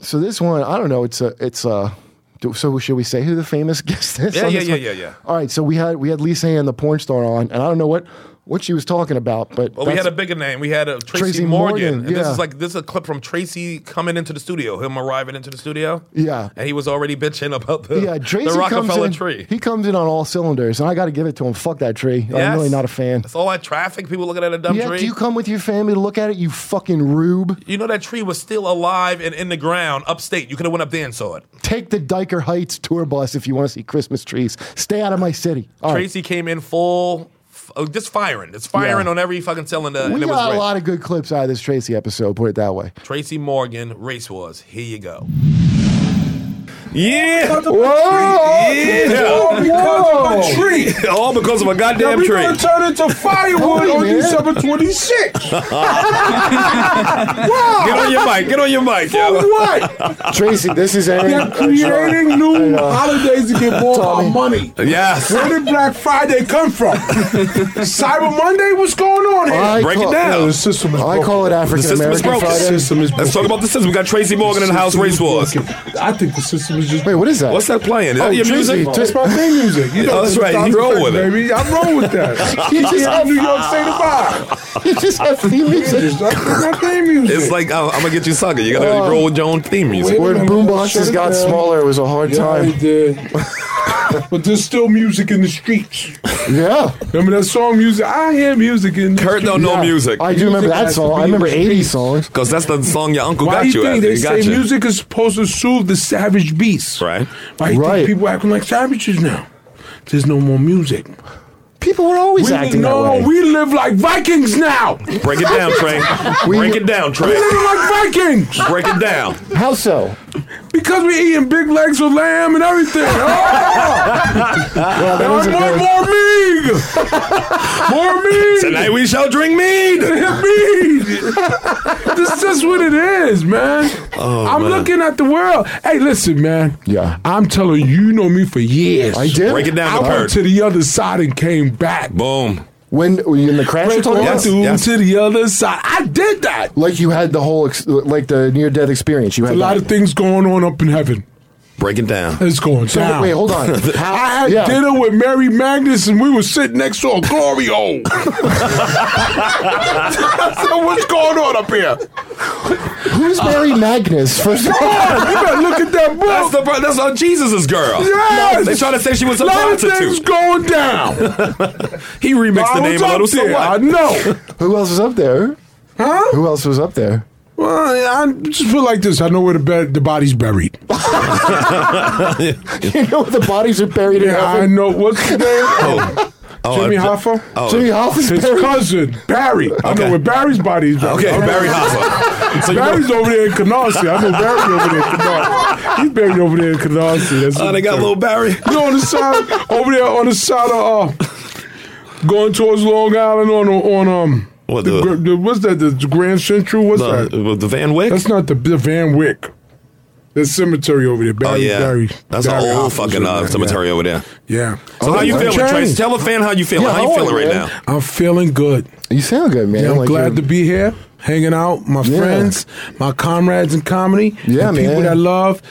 so this one, I don't know. It's a, it's a. do- So should we say who the famous <laughs> guest is?
Yeah,
on
yeah,
this
yeah,
one?
yeah, yeah.
All right, so we had we had Lisa Ann, the porn star, on, and I don't know what what she was talking about, but
Well, we
that's-
had a bigger name. We had a Tracy,
Tracy
Morgan.
Morgan,
And this
yeah.
is like this is a clip from Tracy coming into the studio. Him arriving into the studio.
Yeah.
And he was already bitching about the,
yeah, Tracy
the
comes
Rockefeller
in.
tree.
He comes in on all cylinders, and I got to give it to him. Fuck that tree. I'm really
Yes.
not a fan.
It's all that traffic. People looking at a dumb
Yeah,
tree.
do you come with your family to look at it? You fucking rube.
You know that tree was still alive and in the ground upstate. You could have went up there and saw it.
Take the Diker Heights tour bus if you want to see Christmas trees. Stay out of my city. All right.
Tracy came in full, f- uh, just firing. It's firing
Yeah.
on every fucking cylinder. uh, and
we
it was
got a
great.
lot of good clips out of this Tracy episode. Put it that way.
Tracy Morgan, Race Wars. Here you go. Yeah.
Whoa. Yeah.
Whoa,
Because of a tree.
<laughs>
All because of a goddamn
Now we
tree.
gonna
turn into
firewood on December <laughs>
26. Get on your mic. Get on your mic. For
what? <laughs> Tracy, this is Aaron.
They're
creating <laughs> new
holidays to get more of our money.
Yes.
Where did Black Friday
<laughs>
come from? Cyber Monday? What's going on here?
I Break it call- down.
the system is
I
broken.
call it African
The system is
American
broken.
Friday.
The system is
Let's talk
broken.
about the system. We got Tracy Morgan in the house,
system
Race
is
Wars.
broken. I think the system is was just.
Wait, what is that?
What's that playing? Is
oh,
that your
Drizzy,
music?
That's my theme music. You know,
Oh, that's right.
I'm
You roll
thick,
with it.
baby. I roll with <laughs>
<laughs>
that.
You
you
just
just
have-
New
<laughs>
York State vibe.
You just have theme music.
my theme
<laughs>
music. Uh,
It's like I'm, I'm gonna get you sucker. You gotta
Oh.
roll with your own theme music.
When boomboxes
Shut it
got
down.
smaller, it was a hard
Yeah,
time.
it did.
<laughs>
but there's still music in the streets.
Yeah.
Remember that song music? I hear music in the
Kurt don't know
streets.
music.
I do remember that song. I remember 80s songs.
Because that's the song your uncle
Why
got
do
you
you
at.
think they
He got
say
you.
music is supposed to soothe the savage beast?
Right.
Why do you think people acting like savages now? There's no more music.
People were always acting that
no,
way.
we live like Vikings now.
Break it down,
<laughs>
Trey. Break it down,
We
Trey.
living like Vikings
Break it down.
How so?
because we eating big legs of lamb and everything. Oh!
<laughs> Well, that
I
was a
want
good-
more mead.
<laughs>
more mead.
Tonight we shall drink mead.
mead. <laughs> this is just what it is,
<laughs>
man.
Oh,
I'm
man.
looking at the world. Hey, listen, man.
Yeah.
I'm telling you, you know me for years.
I did. Break
it down
I
to
went
Kurt.
to the other side and came back.
Boom.
When were you in the crash you're
Break
talking
one
about?
dude to the other side. I did that.
Like you had the whole, ex- like the near death experience. You
A
had
lot
that.
of things going on up in heaven.
Break it down.
It's going
So,
down.
wait, hold
<laughs>
on. How-
I had
yeah.
dinner with Mary Magnus, and we were sitting next to a glory hole. <laughs> I said, "What's going on up here?"
Who's Mary Magnus? First of all,
God, you better look at that book.
That's the part. That's on Jesus' girl.
Yes!
They trying to say she was a
lot of things
prostitute.
going down.
<laughs> He remixed
I
the
was
name a
up
little. So
there, I
what?
know.
<laughs> who else was up there?
Huh?
Who else was up there?
Well, I just feel like this. I know where the, bed, the body's buried.
<laughs>
<laughs>
You know the bodies are buried in
Yeah, I
heaven.
know. What's
<laughs>
his name? Oh. Jimmy
uh,
Hoffa?
Oh,
Jimmy Hoffa's
His
buried.
cousin, Barry. I know where Barry's body is. buried.
okay,
I know
Barry Hoffa. So you know-
Barry's over there in Canarsie. I know Barry over there in Canarsie. He's buried over there in Canarsie. That's
Oh, they got little Barry.
You know, on the side, over there on the side of, uh, going towards Long Island on, on um,
What
the,
the-
gr- the, what's that, the Grand Central? What's
The,
that?
with the Van Wick.
That's not the, the Van Wick. There's cemetery over there, Barry.
Oh yeah,
Barry,
that's
Barry
an old
Hoffa's
fucking
over
uh,
there,
cemetery over there.
Yeah.
So how you
I'm
feeling, Trace?
changed.
Tell a fan how you feeling.
Yeah,
how you
how are
feeling
you,
right
man?
now?
I'm feeling good.
You sound good, man.
Yeah, I'm
Like
glad
you're-
to be here, hanging out, my
Yeah.
friends, my comrades in comedy,
Yeah,
and people
man.
that love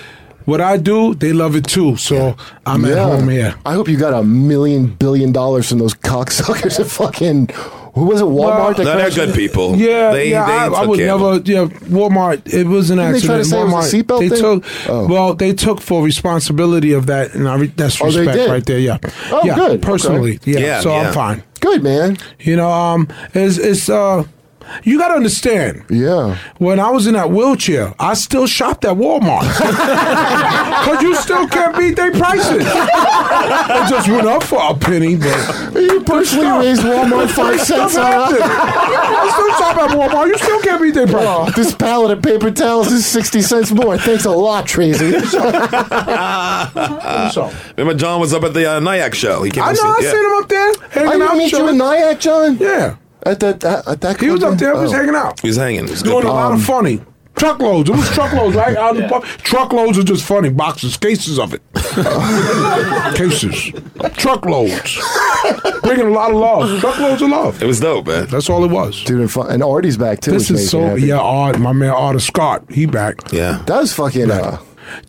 what I do, they love it too. So I'm at
Yeah.
home here.
I hope you got a million billion dollars from those cocksuckers at fucking who was it Walmart? that
No, they're
crashed?
good people.
Yeah,
they,
yeah,
they
I,
took
I would
care of
never.
them.
Yeah, Walmart. It was an
Didn't they try
accident.
to say it was a
Walmart.
seatbelt
they
thing?
took.
Oh.
Well, they took full responsibility of that, and I re- that's
Oh, they
respect
did?
right there. Yeah.
Oh,
yeah,
good.
Personally,
Okay.
yeah.
Yeah,
So
yeah.
I'm fine.
Good man.
You know, um, it's it's uh, you got to understand.
Yeah.
When I was in that wheelchair, I still shopped at Walmart.
<laughs>
Because you still can't beat their prices. It just went up for a penny, but.
You personally raised Walmart five cents
<laughs>
on us.
I still shop at Walmart. You still can't beat their prices.
Oh, this pallet of paper towels is sixty cents more. Thanks a lot,
<laughs>
Tracy.
So,
Remember, John was up at the uh, NIAC show. He came.
I
to
know,
see-
I
yeah.
seen him up there. Hanging
I didn't meet
out
you in
chilling.
Nyack, John.
Yeah.
At that at, at that.
He was up there,
Oh.
he was hanging out.
He was hanging. He was
Doing
good.
a lot
Um,
of funny. Truckloads. It was truckloads,
<laughs>
right? Out in the park. Truckloads are just funny. Boxes, cases of it. cases. Truckloads. Bringing a lot of love. Truckloads of love.
It was dope, man.
That's all it was.
Dude, and, fu- and Artie's back too.
This
which
is
makes
so
me happy.
yeah, Art, my man Artist Scott, he back.
Yeah.
That was fucking. Uh,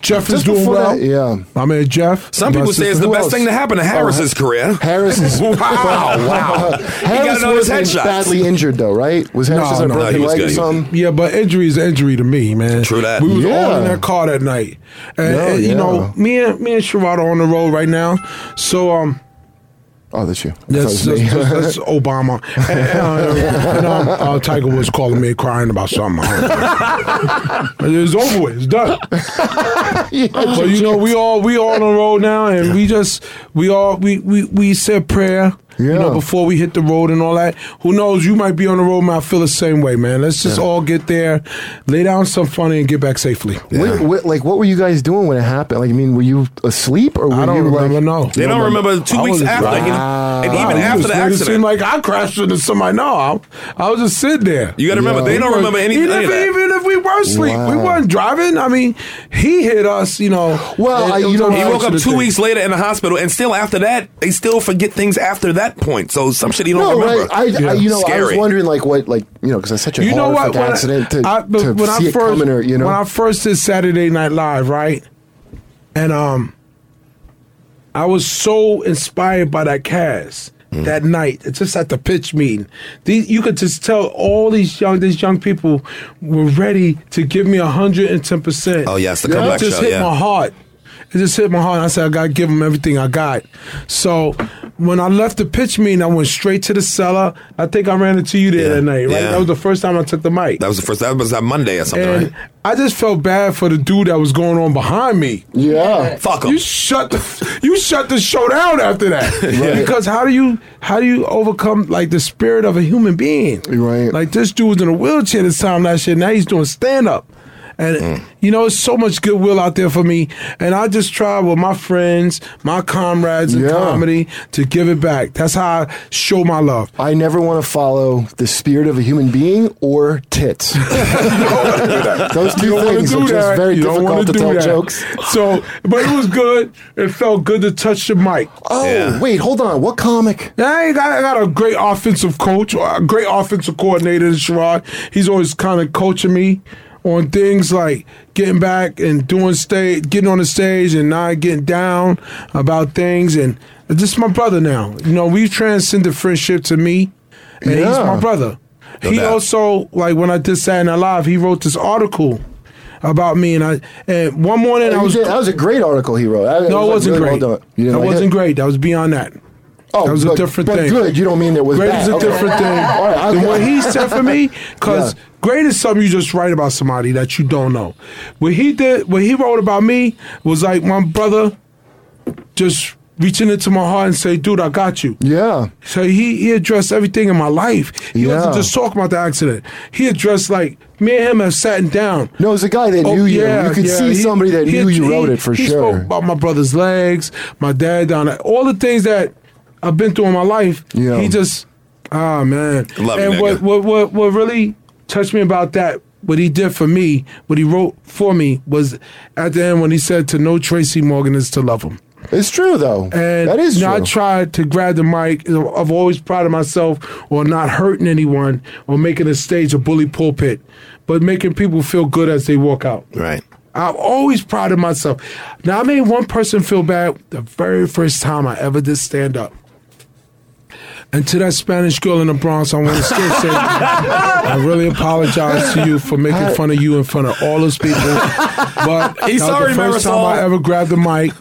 Jeff is
Just
doing
before
well.
that, yeah.
my man Jeff.
Some
my
people say it's
sister- Oh,
the
who
best
else?
thing to happen to Harris's career.
Harris is
<laughs> Wow, Oh, wow. He got
Harris
it on
was
his headshots.
badly injured though, right? Was Harris
No,
just on a
no, no,
broken
he was
leg
good.
or
He was-
something?
Yeah, but injury is injury to me, man.
True that.
We was all
Yeah.
in that car that night, and,
Yeah,
and, you
yeah.
know, me and me and Sherrod are on the road right now. So um,
Oh, that's you. I thought it
that's,
was
that's,
me. <laughs>
that's Obama. and, uh, and, um, uh, Tiger was calling me crying about something. it's over with. It's done.
<laughs> Yeah.
So you know, we all we all on the road now, and we just we all we we we said prayer. You
Yeah.
know, before we hit the road and all that. Who knows? You might be on the road, man. I feel the same way, man. Let's just all get there, lay down some funny, and get back safely.
What, what, like, what were you guys doing when it happened? Like, I mean, were you asleep or were
I don't
you
remember.
like?
no,
They don't remember two
I
weeks
wasn't
after,
driving.
you know, and even
you
after
just
the
made It
accident.
seemed like I crashed into somebody. No, I, I was just sitting there.
You gotta remember, they don't
We
remember
were-
any-
Even,
any
if-
of that.
even if we were asleep, we
Wow.
weren't driving. I mean, he hit us. You know.
Well,
and
I- <laughs>
it
you
was
know,
an
He woke up
accident
two
thing.
weeks later in the hospital, and still after that, they still forget things after that point. So some shit you don't
No,
remember.
right? I, I, you know, I was
Scary.
wondering, like, what, like, you know, because that's such a horrific
When I-
accident to,
I- but
to see it
first,
<laughs>
coming, or you know,
when I first did Saturday Night Live, right? And um, I was so inspired by that cast
Mm.
that night. It's just at the pitch meeting. These you could just tell all these young these young people were ready to give me hundred and ten percent.
Oh, yes, the
That
comeback
just
show,
hit
yeah.
my heart. It just hit my heart. I said, I gotta give them everything I got. So when I left the pitch meeting, I went straight to the cellar. I think I ran into you there that night, right?
yeah.
That was the first time I took the mic.
That was the first. That was that Monday or something,
And
right?
I just felt bad for the dude that was going on behind me. Yeah,
fuck him.
You shut the you shut the show down after
<laughs>
that
Right.
because how do you how do you overcome like the spirit of a human being? Right. Like this dude was in a wheelchair this time last year. Now he's doing stand up. And
Mm.
you know, it's so much goodwill out there for me, and I just try with my friends, my comrades in comedy to give it back. That's how I show my love.
I never want to follow the spirit of a human being or tits.
<laughs>
<laughs> Those
You
two
don't wanna
things
do
are just
that.
very
You don't wanna
difficult to
do
tell
that.
jokes.
So, but it was good. It felt good to touch the mic.
Oh, Yeah. wait, hold on. What comic?
I got, I got a great offensive coach, a great offensive coordinator, Sherrod. He's always kind of coaching me on things like getting back and doing stage, getting on the stage and not getting down about things. And this is my brother now. You know, we've transcended friendship to me, and he's
Yeah.
my brother.
No
he
doubt.
also like when I did Saturday Night Live, he wrote this article about me, and I and one morning
Oh, You
I was
did- that was a great article he wrote. That-
no, it
was,
wasn't
like, really
great.
well done. You didn't
that
like
wasn't
it?
great. That was beyond that.
Oh,
that was
but-
a different
but
thing.
good. You don't mean it was
great
bad.
is a
Okay.
different thing.
<laughs> All right,
than
okay.
what he said for me,
<laughs>
because
Yeah.
great is something you just write about somebody that you don't know. What he did, what he wrote about me, was like my brother just reaching into my heart and say, "Dude, I got you."
Yeah.
So he he addressed everything in my life. He wasn't
Yeah.
just talking about the accident. He addressed like me and him have sat down. Oh,
No, it was a guy that knew you. You could see somebody that knew you wrote it for
he
sure.
spoke about my brother's legs, my dad down, there, all the things that I've been through in my life.
Yeah.
He just ah man.
Love you,
and
nigga.
what, what what what really touched me about that, what he did for me, what he wrote for me was at the end when he said to know Tracy Morgan is to love him.
It's true though.
And
That is
you know, I
true.
tried to grab the mic. You know, I've always prided myself on not hurting anyone or making a stage a bully pulpit, but making people feel good as they walk out.
Right.
I've always prided myself. Now I made one person feel bad the very first time I ever did stand up. And to that Spanish girl in the Bronx, I want to
<laughs>
still say, I really apologize to you for making fun of you in front of all those people. But
<laughs> He's
that
sorry,
was the first time
Marisol.
I ever grabbed the mic,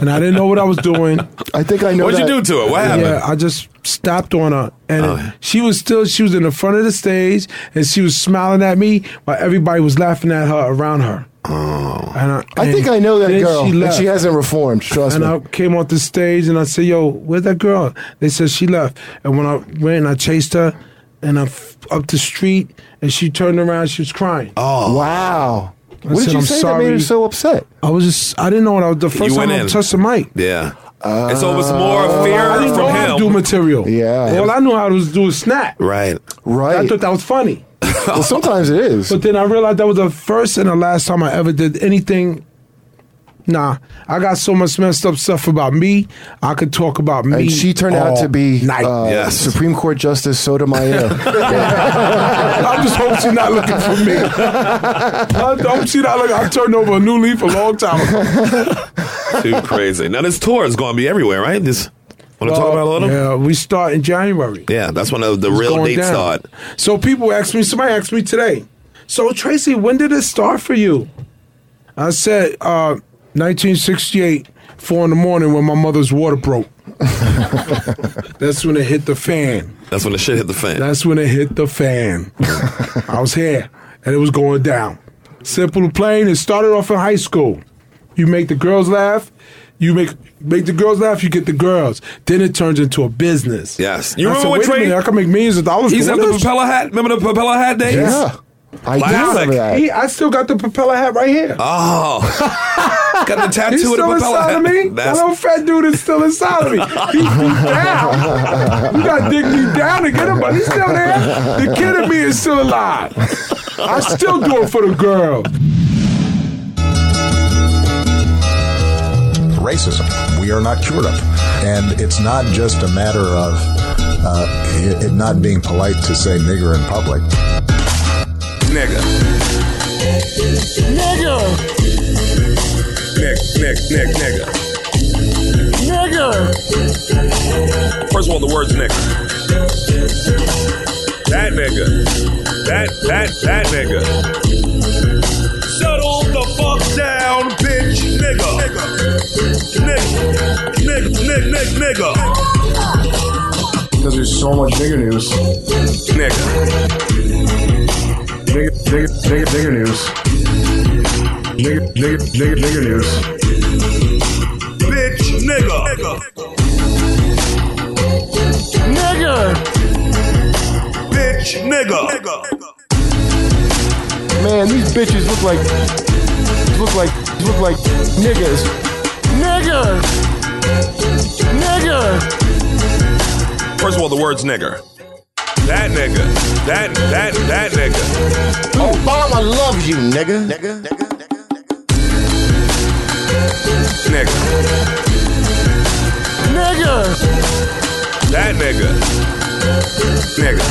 and I didn't know what I was doing.
I think I
know.
What'd you that- do to it? What happened? Oh,
Yeah, I just stopped on her, and she was still. She was in the front of the stage, and she was smiling at me while everybody was laughing at her around her. Oh, and I,
I think I know that girl, and she hasn't reformed. Trust
and
me.
I came off the stage and I said, "Yo, where's that girl?" They said she left. And when I went and I chased her, and I f- up the street, and she turned around, she was crying.
Oh
wow!
I
What did
said,
you
"I'm
say that made her
sorry."
so upset?
I was just, I didn't know what I was. The first
went
time I
in.
touched the mic.
Yeah. and so it was more
Uh, I
fear
didn't know
from
how to
him.
do material.
Yeah.
All I knew how to was do was snap.
Right.
Right.
I thought that was
<laughs>
funny.
well, sometimes it is.
But then I realized that was the first and the last time I ever did anything. Nah, I got so much messed up stuff about me. I could talk about me.
And she turned out
all
to
<laughs>
be
night.
uh, Supreme Court
<laughs>
Justice Sotomayor.
I just hope she's not looking for
<laughs>
me. I hope she's not looking. I turned over a new leaf a long time ago.
Too crazy. Now this tour is going to be everywhere, right? This want to talk about a little?
Yeah, we start in January.
Yeah, that's when the, the
It's
real
going
dates
down.
start.
So people asked me. Somebody asked me today. So Tracy, when did it start for you? I said uh, 1968, four in the morning when my mother's water broke. That's when it hit the fan.
That's when the shit hit the fan.
That's when it hit the
<laughs>
fan. I was here and it was going down. Simple and plain. It started off in high school. You make the girls laugh. You make make the girls laugh. You get the girls. Then it turns into a business.
Yes. You
I
remember
said,
when
Wait a
Trey-
minute, I can make millions of dollars.
He's
from
at the
this."
propeller hat. Remember the propeller hat days?
Yeah.
I do
Classic.
remember that.
He, I still got the propeller hat right here.
Oh. <laughs> Got the
He's
tattoo of the
still
propeller
inside
hat.
of me.
That's-
that old fat dude is still inside of me. He's deep down. You got to dig deep down to get him, but he's still there. The kid in me is still alive. I still do it for the girls.
racism. We are not cured of, and it's not just a matter of uh, it, it not being polite to say nigger in public.
Nigga.
Nigger.
Nigga.
Nick, Nick, Nick, nigga.
Nigger.
First of all, the words nigga. That nigga. That, that, that nigga. Settle the fuck down, bitch, nigga. Nigga. Nigga, nigga, nigga, nigga.
Because there's so much bigger news.
Nigga.
Bigger, bigger, bigger, bigger news. Bigger, bigger, bigger, bigger news.
Bitch, nigga.
Nigger.
Bitch, nigga.
Man, these bitches look like look like look like niggas.
Nigger. Nigger.
First of all, the words nigger. That nigga. That, that, that nigga.
Obama loves you, nigga. Nigga. Nigga.
Nigga.
Nigger.
That nigga. Nigga.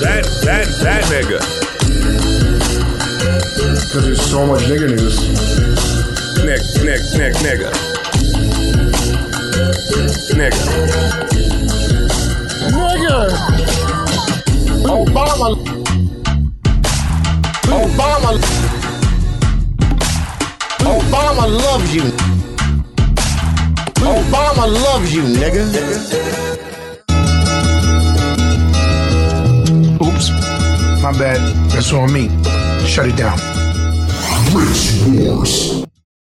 That, that, that nigga.
Because there's so much bigger news.
Nick, Nick, Nick, nigga. Nigga.
Nigger. Obama. Obama. Obama loves you. Obama loves you, nigga.
Oops. My bad. That's on me. Shut it down.
Rich Wars.